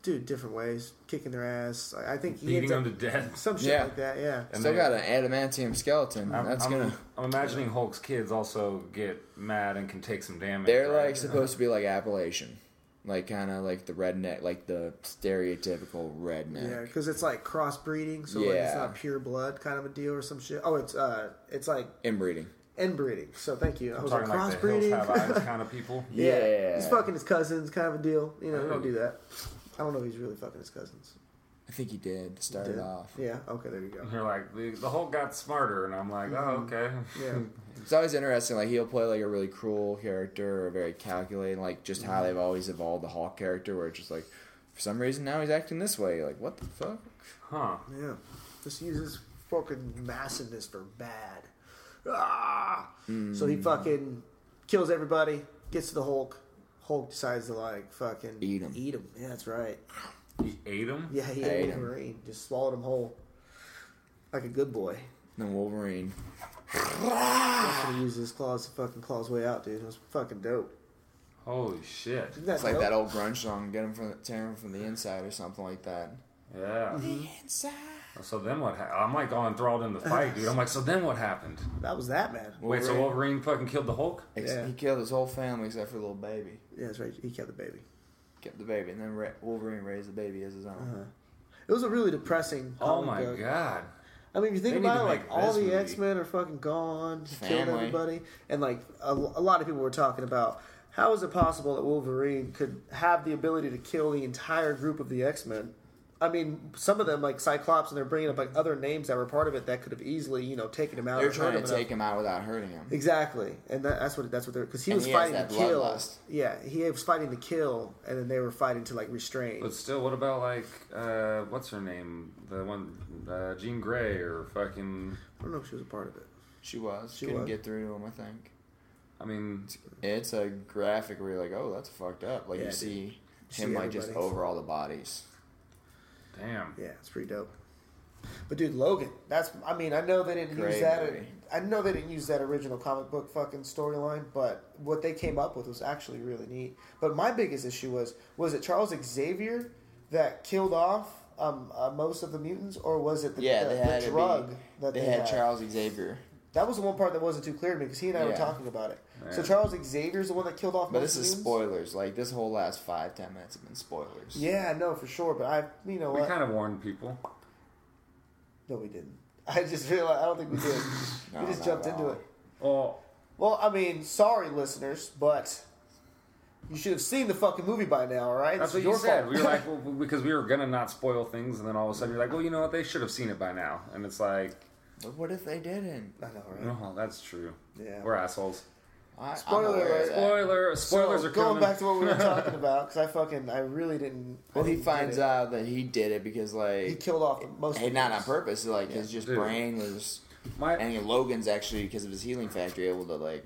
[SPEAKER 2] Dude, different ways, kicking their ass. I I think he
[SPEAKER 1] Beating
[SPEAKER 2] ends
[SPEAKER 1] him
[SPEAKER 2] up
[SPEAKER 1] to death.
[SPEAKER 2] some shit
[SPEAKER 3] Yeah.
[SPEAKER 2] like that. Yeah.
[SPEAKER 1] And
[SPEAKER 3] Still
[SPEAKER 1] they-
[SPEAKER 3] got an adamantium skeleton.
[SPEAKER 1] I'm,
[SPEAKER 3] That's
[SPEAKER 1] I'm-
[SPEAKER 3] gonna.
[SPEAKER 1] I'm imagining Hulk's kids also get mad and can take some damage.
[SPEAKER 3] They're
[SPEAKER 1] right?
[SPEAKER 3] like supposed to be like Appalachian, like kind of like the redneck, like the stereotypical
[SPEAKER 2] Yeah,
[SPEAKER 3] redneck.
[SPEAKER 2] because it's like crossbreeding, so like it's
[SPEAKER 3] Yeah.
[SPEAKER 2] not pure blood kind of a deal or some shit. Oh, it's uh, it's like
[SPEAKER 3] Inbreeding.
[SPEAKER 2] inbreeding. So thank you. I
[SPEAKER 1] I'm
[SPEAKER 2] was like
[SPEAKER 1] talking like the hills
[SPEAKER 2] crossbreeding.
[SPEAKER 1] have eyes kind of people.
[SPEAKER 2] yeah,
[SPEAKER 3] Yeah.
[SPEAKER 2] he's fucking his cousins, kind of a deal. You know, we don't do that. I don't know if he's really fucking his cousins.
[SPEAKER 3] I think he did to start it
[SPEAKER 2] Did-
[SPEAKER 3] off.
[SPEAKER 2] Yeah. Okay. There you go.
[SPEAKER 1] They're like the, the Hulk got smarter, and I'm like, oh okay.
[SPEAKER 2] Yeah.
[SPEAKER 3] It's always interesting. Like he'll play like a really cruel character or very calculating, like just
[SPEAKER 2] Mm-hmm.
[SPEAKER 3] how they've always evolved the Hawk character, where it's just like for some reason now he's acting this way. You're like what the fuck?
[SPEAKER 1] Huh?
[SPEAKER 2] Yeah. Just uses fucking massiveness for bad. Ah! So
[SPEAKER 3] Hmm.
[SPEAKER 2] he fucking kills everybody. Gets to the Hulk. Hulk decides to like fucking
[SPEAKER 3] Eat 'em.
[SPEAKER 2] Eat him. Yeah, that's right.
[SPEAKER 1] He ate him.
[SPEAKER 2] Yeah, he
[SPEAKER 3] I
[SPEAKER 2] ate
[SPEAKER 3] ate him.
[SPEAKER 2] Wolverine. Just swallowed him whole. Like a good boy.
[SPEAKER 3] And then Wolverine. Ah.
[SPEAKER 2] That's when he used his claws to fucking claw his way out, dude. It was fucking dope.
[SPEAKER 1] Holy shit!
[SPEAKER 2] Isn't that
[SPEAKER 3] It's like
[SPEAKER 2] dope?
[SPEAKER 3] that old grunge song, get him from the, tear him from the inside or something like that.
[SPEAKER 1] Yeah.
[SPEAKER 3] The inside.
[SPEAKER 1] So then what? Ha- I'm like all enthralled in the fight, dude. I'm like, so then what happened?
[SPEAKER 2] That was that man.
[SPEAKER 1] Wait, so Wolverine fucking killed the Hulk?
[SPEAKER 3] Ex-
[SPEAKER 2] Yeah.
[SPEAKER 3] He killed his whole family except for the little baby.
[SPEAKER 2] Yeah, that's right. He killed the baby.
[SPEAKER 3] Kept the baby, and then Ra- Wolverine raised the baby as his own.
[SPEAKER 2] Uh-huh. It was a really depressing.
[SPEAKER 1] Oh
[SPEAKER 2] comic
[SPEAKER 1] my
[SPEAKER 2] book.
[SPEAKER 1] god!
[SPEAKER 2] I mean, if you think
[SPEAKER 1] They need
[SPEAKER 2] about
[SPEAKER 1] to
[SPEAKER 2] it, like
[SPEAKER 1] make
[SPEAKER 2] all
[SPEAKER 1] this
[SPEAKER 2] the
[SPEAKER 1] movie.
[SPEAKER 2] X Men are fucking gone. He killed
[SPEAKER 3] Family.
[SPEAKER 2] everybody, and like a, a lot of people were talking about how is it possible that Wolverine could have the ability to kill the entire group of the X Men. I mean, some of them like Cyclops, and they're bringing up like other names that were part of it that could have easily, you know, taken him out.
[SPEAKER 3] They're
[SPEAKER 2] or hurt
[SPEAKER 3] trying
[SPEAKER 2] him
[SPEAKER 3] to
[SPEAKER 2] enough.
[SPEAKER 3] take him out without hurting him.
[SPEAKER 2] Exactly, and that, that's what that's what they're because he
[SPEAKER 3] And
[SPEAKER 2] was
[SPEAKER 3] he has
[SPEAKER 2] fighting
[SPEAKER 3] that
[SPEAKER 2] to kill.
[SPEAKER 3] bloodlust.
[SPEAKER 2] Yeah, he was fighting to kill, and then they were fighting to like restrain.
[SPEAKER 1] But still, what about like uh, what's her name? The one, uh, Jean Grey, or fucking?
[SPEAKER 2] I don't know if she was a part of it.
[SPEAKER 3] She was.
[SPEAKER 2] She
[SPEAKER 3] Couldn't
[SPEAKER 2] was.
[SPEAKER 3] get through to him, I think.
[SPEAKER 1] I mean,
[SPEAKER 3] It's a graphic where you're like, oh, that's fucked up. Like,
[SPEAKER 2] Yeah,
[SPEAKER 3] you
[SPEAKER 2] dude.
[SPEAKER 3] see
[SPEAKER 2] See
[SPEAKER 3] him, like, just
[SPEAKER 2] everybody's-
[SPEAKER 3] over all the bodies.
[SPEAKER 1] damn.
[SPEAKER 2] Yeah, it's pretty dope. But dude, Logan, that's I mean I know they didn't use
[SPEAKER 3] Great
[SPEAKER 2] that.
[SPEAKER 3] movie.
[SPEAKER 2] I know they didn't use that original comic book fucking storyline, but what they came up with was actually really neat. But my biggest issue was was it Charles Xavier that killed off um, uh, most of the mutants, or was it the,
[SPEAKER 3] Yeah,
[SPEAKER 2] the,
[SPEAKER 3] they
[SPEAKER 2] the
[SPEAKER 3] had to
[SPEAKER 2] drug
[SPEAKER 3] be-
[SPEAKER 2] that
[SPEAKER 3] they, had, Charles Xavier.
[SPEAKER 2] That was the one part that wasn't too clear to me because he and I were
[SPEAKER 3] Yeah.
[SPEAKER 2] talking about it. So
[SPEAKER 1] Yeah.
[SPEAKER 2] Charles Xavier's the one that killed off.
[SPEAKER 3] But
[SPEAKER 2] most
[SPEAKER 3] this is
[SPEAKER 2] mutants?
[SPEAKER 3] spoilers. Like, this whole last five, ten minutes have been spoilers.
[SPEAKER 2] Yeah, no, for sure. But I, you know
[SPEAKER 1] We
[SPEAKER 2] what?
[SPEAKER 1] kind of warned people.
[SPEAKER 2] no, we didn't. I just realized. I don't think we did.
[SPEAKER 3] No,
[SPEAKER 2] we just
[SPEAKER 3] not
[SPEAKER 2] jumped
[SPEAKER 3] at
[SPEAKER 2] into
[SPEAKER 3] all.
[SPEAKER 2] it.
[SPEAKER 1] Oh,
[SPEAKER 2] Well, I mean, sorry, listeners, but you should have seen the fucking movie by now, all right?
[SPEAKER 1] that's
[SPEAKER 2] This
[SPEAKER 1] what
[SPEAKER 2] is
[SPEAKER 1] you
[SPEAKER 2] your
[SPEAKER 1] said.
[SPEAKER 2] fault.
[SPEAKER 1] We were like, well, because we were gonna not spoil things, and then all of a sudden you're like, well, you know what? They should have seen it by now. And it's like,
[SPEAKER 3] But what if they didn't?
[SPEAKER 2] I know, right?
[SPEAKER 1] oh, that's true.
[SPEAKER 2] Yeah.
[SPEAKER 1] We're assholes.
[SPEAKER 3] I,
[SPEAKER 2] Spoiler
[SPEAKER 3] I'm aware
[SPEAKER 2] alert.
[SPEAKER 3] of that.
[SPEAKER 1] Spoiler. Spoilers
[SPEAKER 2] so,
[SPEAKER 1] are
[SPEAKER 2] going
[SPEAKER 1] coming.
[SPEAKER 2] back to what we were talking about because I fucking I really didn't.
[SPEAKER 3] Well,
[SPEAKER 2] I
[SPEAKER 3] he
[SPEAKER 2] didn't
[SPEAKER 3] finds
[SPEAKER 2] get it.
[SPEAKER 3] out that he did it because, like,
[SPEAKER 2] he killed off the most.
[SPEAKER 3] hey,
[SPEAKER 2] of
[SPEAKER 3] not
[SPEAKER 2] us.
[SPEAKER 3] on purpose. Like, his just
[SPEAKER 1] Dude.
[SPEAKER 3] brain was.
[SPEAKER 1] My-
[SPEAKER 3] And Logan's actually, because of his healing factor, able to, like,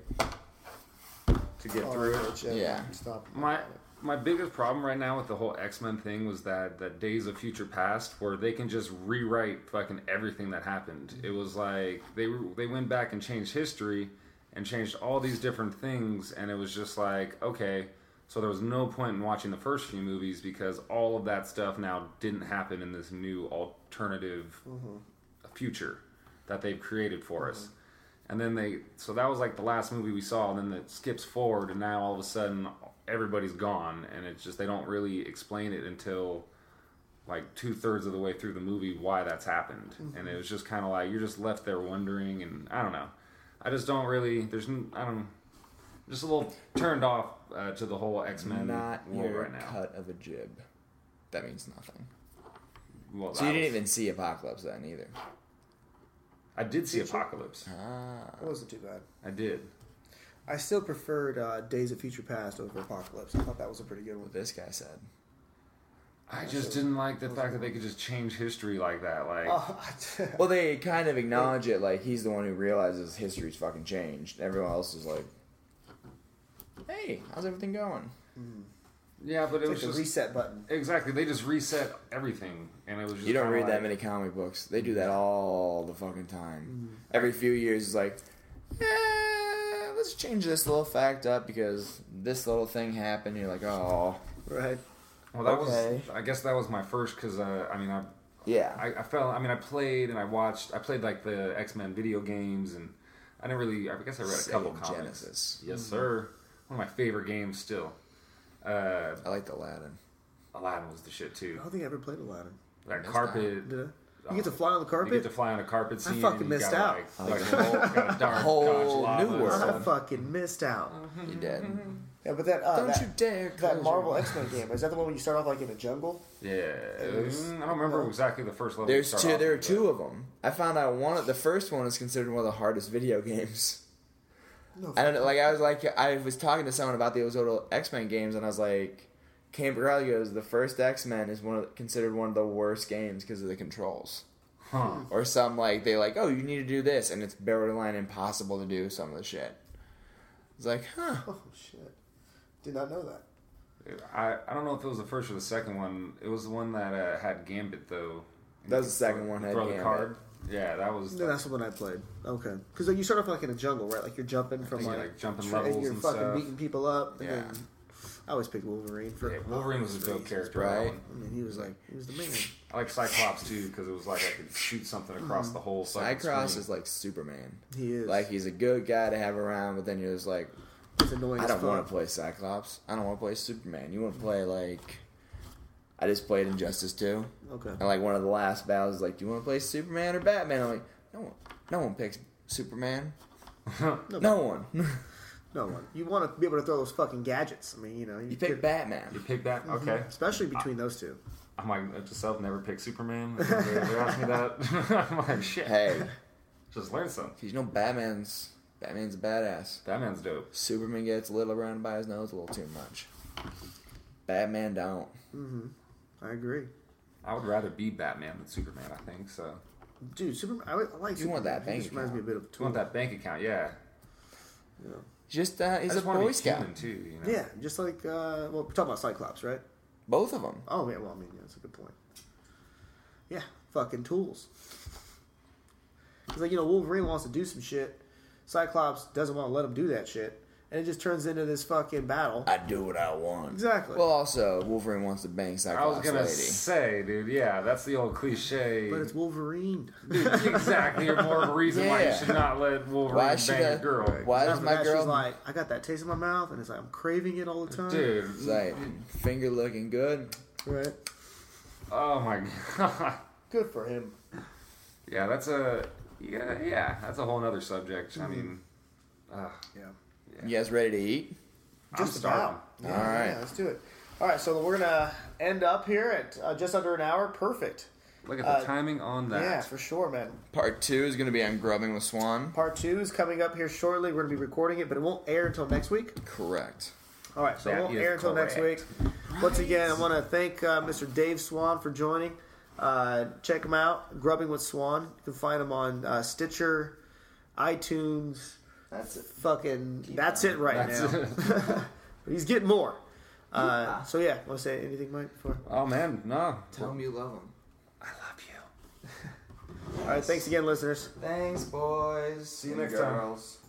[SPEAKER 1] to get
[SPEAKER 2] Oh,
[SPEAKER 1] through it.
[SPEAKER 2] shit, yeah,
[SPEAKER 3] Yeah.
[SPEAKER 2] Stop.
[SPEAKER 1] My my biggest problem right now with the whole X Men thing was that that Days of Future Past, where they can just rewrite fucking everything that happened. It was like they were- they went back and changed history and changed all these different things, and it was just like okay. So there was no point in watching the first few movies because all of that stuff now didn't happen in this new alternative future that they've created for us. And then they, so that was like the last movie we saw. And then it skips forward, and now all of a sudden everybody's gone, and it's just they don't really explain it until like two thirds of the way through the movie why that's happened,
[SPEAKER 3] Mm-hmm.
[SPEAKER 1] and it was just kind of like you're just left there wondering, and I don't know. I just don't really. There's n- I don't. I'm just a little turned off uh, to the whole X Men
[SPEAKER 3] Not
[SPEAKER 1] world
[SPEAKER 3] your
[SPEAKER 1] right now.
[SPEAKER 3] cut of a jib. That means nothing.
[SPEAKER 1] Well,
[SPEAKER 3] So you
[SPEAKER 1] I
[SPEAKER 3] didn't
[SPEAKER 1] was-
[SPEAKER 3] even see Apocalypse then either.
[SPEAKER 1] I did see Apocalypse.
[SPEAKER 3] Ah,
[SPEAKER 2] That wasn't too bad.
[SPEAKER 1] I did.
[SPEAKER 2] I still preferred uh, Days of Future Past over Apocalypse. I thought that was a pretty good one.
[SPEAKER 3] what this guy said.
[SPEAKER 1] I just didn't like the fact that they could just change history like that. Like,
[SPEAKER 2] Oh,
[SPEAKER 3] Well, they kind of acknowledge it, like he's the one who realizes history's fucking changed. Everyone else is like, "Hey, how's everything going?"
[SPEAKER 1] yeah, but it was
[SPEAKER 2] it's like
[SPEAKER 1] just
[SPEAKER 2] the reset button.
[SPEAKER 1] exactly. They just reset everything, and it was just
[SPEAKER 3] You don't
[SPEAKER 1] kinda
[SPEAKER 3] read
[SPEAKER 1] like,
[SPEAKER 3] that many comic books. They do that all the fucking time. Every few years, it's like, "Yeah, let's change this little fact up because this little thing happened." You're like, "Oh,
[SPEAKER 2] Right.
[SPEAKER 1] Well, that
[SPEAKER 3] Okay.
[SPEAKER 1] was. I guess that was my first because uh, I mean I
[SPEAKER 3] yeah."
[SPEAKER 1] I, I fell. I mean, I played and I watched. I played like the X Men video games, and I didn't really. I guess I read a
[SPEAKER 3] Sega
[SPEAKER 1] couple comics.
[SPEAKER 3] Genesis.
[SPEAKER 1] Yes,
[SPEAKER 2] Mm-hmm.
[SPEAKER 1] sir. One of my favorite games still. Uh,
[SPEAKER 3] I liked Aladdin.
[SPEAKER 1] Aladdin was the shit too.
[SPEAKER 2] I don't think Oh, I ever played Aladdin.
[SPEAKER 1] That
[SPEAKER 3] missed
[SPEAKER 1] carpet.
[SPEAKER 2] Did I? You get to fly on the
[SPEAKER 1] Uh-huh. You get
[SPEAKER 2] carpet?
[SPEAKER 1] to fly on a carpet
[SPEAKER 2] I
[SPEAKER 1] scene.
[SPEAKER 2] fucking
[SPEAKER 1] and you
[SPEAKER 2] missed
[SPEAKER 1] gotta,
[SPEAKER 2] out.
[SPEAKER 1] Like, fucking roll- gotta dodge-
[SPEAKER 3] Whole
[SPEAKER 1] dodge lava
[SPEAKER 3] new
[SPEAKER 1] and
[SPEAKER 3] world.
[SPEAKER 1] stuff.
[SPEAKER 2] I fucking missed out.
[SPEAKER 3] You did.
[SPEAKER 2] Yeah, but that uh,
[SPEAKER 3] Mm-hmm, Don't
[SPEAKER 2] that,
[SPEAKER 3] you dare!
[SPEAKER 2] that
[SPEAKER 3] close
[SPEAKER 2] Marvel
[SPEAKER 3] your-
[SPEAKER 2] X Men game is that the one where you start off like in a jungle?
[SPEAKER 1] Yeah, mm, I don't remember exactly the first level.
[SPEAKER 3] uh, There's
[SPEAKER 1] you start
[SPEAKER 3] two.
[SPEAKER 1] off
[SPEAKER 3] There are
[SPEAKER 1] with,
[SPEAKER 3] two of them. I found out one. of- The first one is considered one of the hardest video games.
[SPEAKER 2] No,
[SPEAKER 3] I don't know. Like I was like I was talking to someone about the Ozoto X Men games, and I was like, Camp Corelli goes the first X Men is one of, considered one of the worst games because of the controls.
[SPEAKER 1] but- Huh.
[SPEAKER 3] Or some like they like oh you need to do this, and it's borderline impossible to do some of the shit. It's like huh.
[SPEAKER 2] Oh shit! Did not know that.
[SPEAKER 1] I, I don't know if it was the first or the second one. It was the one that uh, had Gambit though.
[SPEAKER 3] That was the second one,
[SPEAKER 1] You
[SPEAKER 3] had
[SPEAKER 1] throw the
[SPEAKER 3] Gambit.
[SPEAKER 1] card. Yeah, that was.
[SPEAKER 2] No, that's the one I played. Okay, because like, you start off like in a jungle, right? Like you're jumping from
[SPEAKER 1] think
[SPEAKER 2] like,
[SPEAKER 1] you're, like, jumping
[SPEAKER 2] tra-
[SPEAKER 1] levels
[SPEAKER 2] you're
[SPEAKER 1] and
[SPEAKER 2] fucking
[SPEAKER 1] stuff.
[SPEAKER 2] beating people up. And
[SPEAKER 3] Yeah.
[SPEAKER 2] then I always picked Wolverine for.
[SPEAKER 1] Yeah, Wolverine was a dope character,
[SPEAKER 3] Right.
[SPEAKER 1] right?
[SPEAKER 2] I mean, he was like he was the man.
[SPEAKER 1] I like Cyclops too because it was like I could shoot something
[SPEAKER 3] Mm.
[SPEAKER 1] across the whole. fucking
[SPEAKER 3] Cycross
[SPEAKER 1] screen.
[SPEAKER 3] is like Superman.
[SPEAKER 2] He is
[SPEAKER 3] Like he's a good guy to have around, but then you're just like
[SPEAKER 2] he's annoying.
[SPEAKER 3] I
[SPEAKER 2] as
[SPEAKER 3] don't
[SPEAKER 2] fuck.
[SPEAKER 3] want to play Cyclops. I don't want to play Superman. You want to play like I just played Injustice 2.
[SPEAKER 2] Okay.
[SPEAKER 3] And like one of the last battles is like, do you want to play Superman or Batman? I'm like, no one, no one picks Superman. no one.
[SPEAKER 2] No one. You want to be able to throw those fucking gadgets. I mean, you know, you,
[SPEAKER 3] You pick
[SPEAKER 2] could-
[SPEAKER 1] You
[SPEAKER 3] Batman.
[SPEAKER 1] pick that?
[SPEAKER 3] Mm-hmm.
[SPEAKER 1] Okay.
[SPEAKER 2] especially between those two.
[SPEAKER 1] I'm like, "Uh, Giselle never picked Superman. Like, They they asked me that. I'm like, shit.
[SPEAKER 3] Hey,
[SPEAKER 1] Just learn something.
[SPEAKER 3] if you know Batman's Batman's a badass.
[SPEAKER 1] That man's dope.
[SPEAKER 3] Superman gets lit around by his nose a little too much. Batman don't.
[SPEAKER 2] I agree,
[SPEAKER 1] I would rather be Batman than Superman, I think. So,
[SPEAKER 2] dude. Superman. I, like- I like.
[SPEAKER 3] You
[SPEAKER 2] Superman.
[SPEAKER 3] want that
[SPEAKER 2] He
[SPEAKER 3] bank
[SPEAKER 2] just reminds me a
[SPEAKER 3] account.
[SPEAKER 2] bit of
[SPEAKER 1] do want that bank account? Yeah.
[SPEAKER 2] You know.
[SPEAKER 3] Just uh,
[SPEAKER 1] I
[SPEAKER 3] he's a
[SPEAKER 1] just want to
[SPEAKER 3] Boy
[SPEAKER 1] be
[SPEAKER 3] Scout.
[SPEAKER 1] human too. You know?
[SPEAKER 2] Yeah, just like uh, well, we're talking about Cyclops, right?
[SPEAKER 3] Both of them.
[SPEAKER 2] Oh yeah, well, I mean, yeah, that's a good point. Yeah, fucking tools. It's like you know, Wolverine wants to do some shit. Cyclops doesn't want to let him do that shit, and it just turns into this fucking battle.
[SPEAKER 3] I do what I want.
[SPEAKER 2] Exactly.
[SPEAKER 3] Well, also Wolverine wants to bang
[SPEAKER 1] I was
[SPEAKER 3] Cyclops
[SPEAKER 1] gonna
[SPEAKER 3] lady.
[SPEAKER 1] say, dude. Yeah, that's the old cliche.
[SPEAKER 2] but it's Wolverine.
[SPEAKER 1] Dude, exactly, or more of a reason why you
[SPEAKER 3] Yeah.
[SPEAKER 1] should not let Wolverine
[SPEAKER 3] Why
[SPEAKER 1] bang
[SPEAKER 3] should
[SPEAKER 1] a
[SPEAKER 3] I-
[SPEAKER 1] girl.
[SPEAKER 3] Why
[SPEAKER 2] And
[SPEAKER 3] does
[SPEAKER 2] after
[SPEAKER 3] my
[SPEAKER 2] that,
[SPEAKER 3] girl
[SPEAKER 2] She's like, I got that taste in my mouth, and it's like I'm craving it all the time.
[SPEAKER 1] Dude,
[SPEAKER 3] It's like finger looking good?
[SPEAKER 2] Right.
[SPEAKER 1] oh my god.
[SPEAKER 2] Good for him.
[SPEAKER 1] Yeah, that's a yeah, yeah, that's a whole nother subject. I mean,
[SPEAKER 3] Mm-hmm.
[SPEAKER 1] uh,
[SPEAKER 2] Yeah.
[SPEAKER 3] You guys ready to eat?
[SPEAKER 2] Just
[SPEAKER 1] starving.
[SPEAKER 2] about. Yeah,
[SPEAKER 3] All right.
[SPEAKER 2] yeah, let's do it. All right, so we're gonna end up here at uh, just under an hour. Perfect.
[SPEAKER 1] look at the
[SPEAKER 2] Uh,
[SPEAKER 1] timing on that.
[SPEAKER 2] Yeah, for sure, man.
[SPEAKER 3] Part two is going to be on grubbing with Swan.
[SPEAKER 2] Part two is coming up here shortly. We're gonna be recording it, but it won't air until next week.
[SPEAKER 3] Correct.
[SPEAKER 2] All right, so it
[SPEAKER 1] That
[SPEAKER 2] won't
[SPEAKER 1] is
[SPEAKER 2] air until next week.
[SPEAKER 1] correct.
[SPEAKER 2] Once again, I want to thank uh, Mr. Dave Swan for joining. Uh, check him out, Grubbing with Swan. You can find him on uh, Stitcher, iTunes. That's it. Fucking, that's it right
[SPEAKER 1] That's
[SPEAKER 2] now.
[SPEAKER 1] it.
[SPEAKER 2] He's getting more. Uh, so yeah, want to say anything, Mike? Before?
[SPEAKER 1] oh man, no.
[SPEAKER 3] Tell him you love him.
[SPEAKER 1] I love you.
[SPEAKER 2] All right, thanks again, listeners.
[SPEAKER 3] Thanks, boys. See
[SPEAKER 1] you next time.
[SPEAKER 3] girls. time.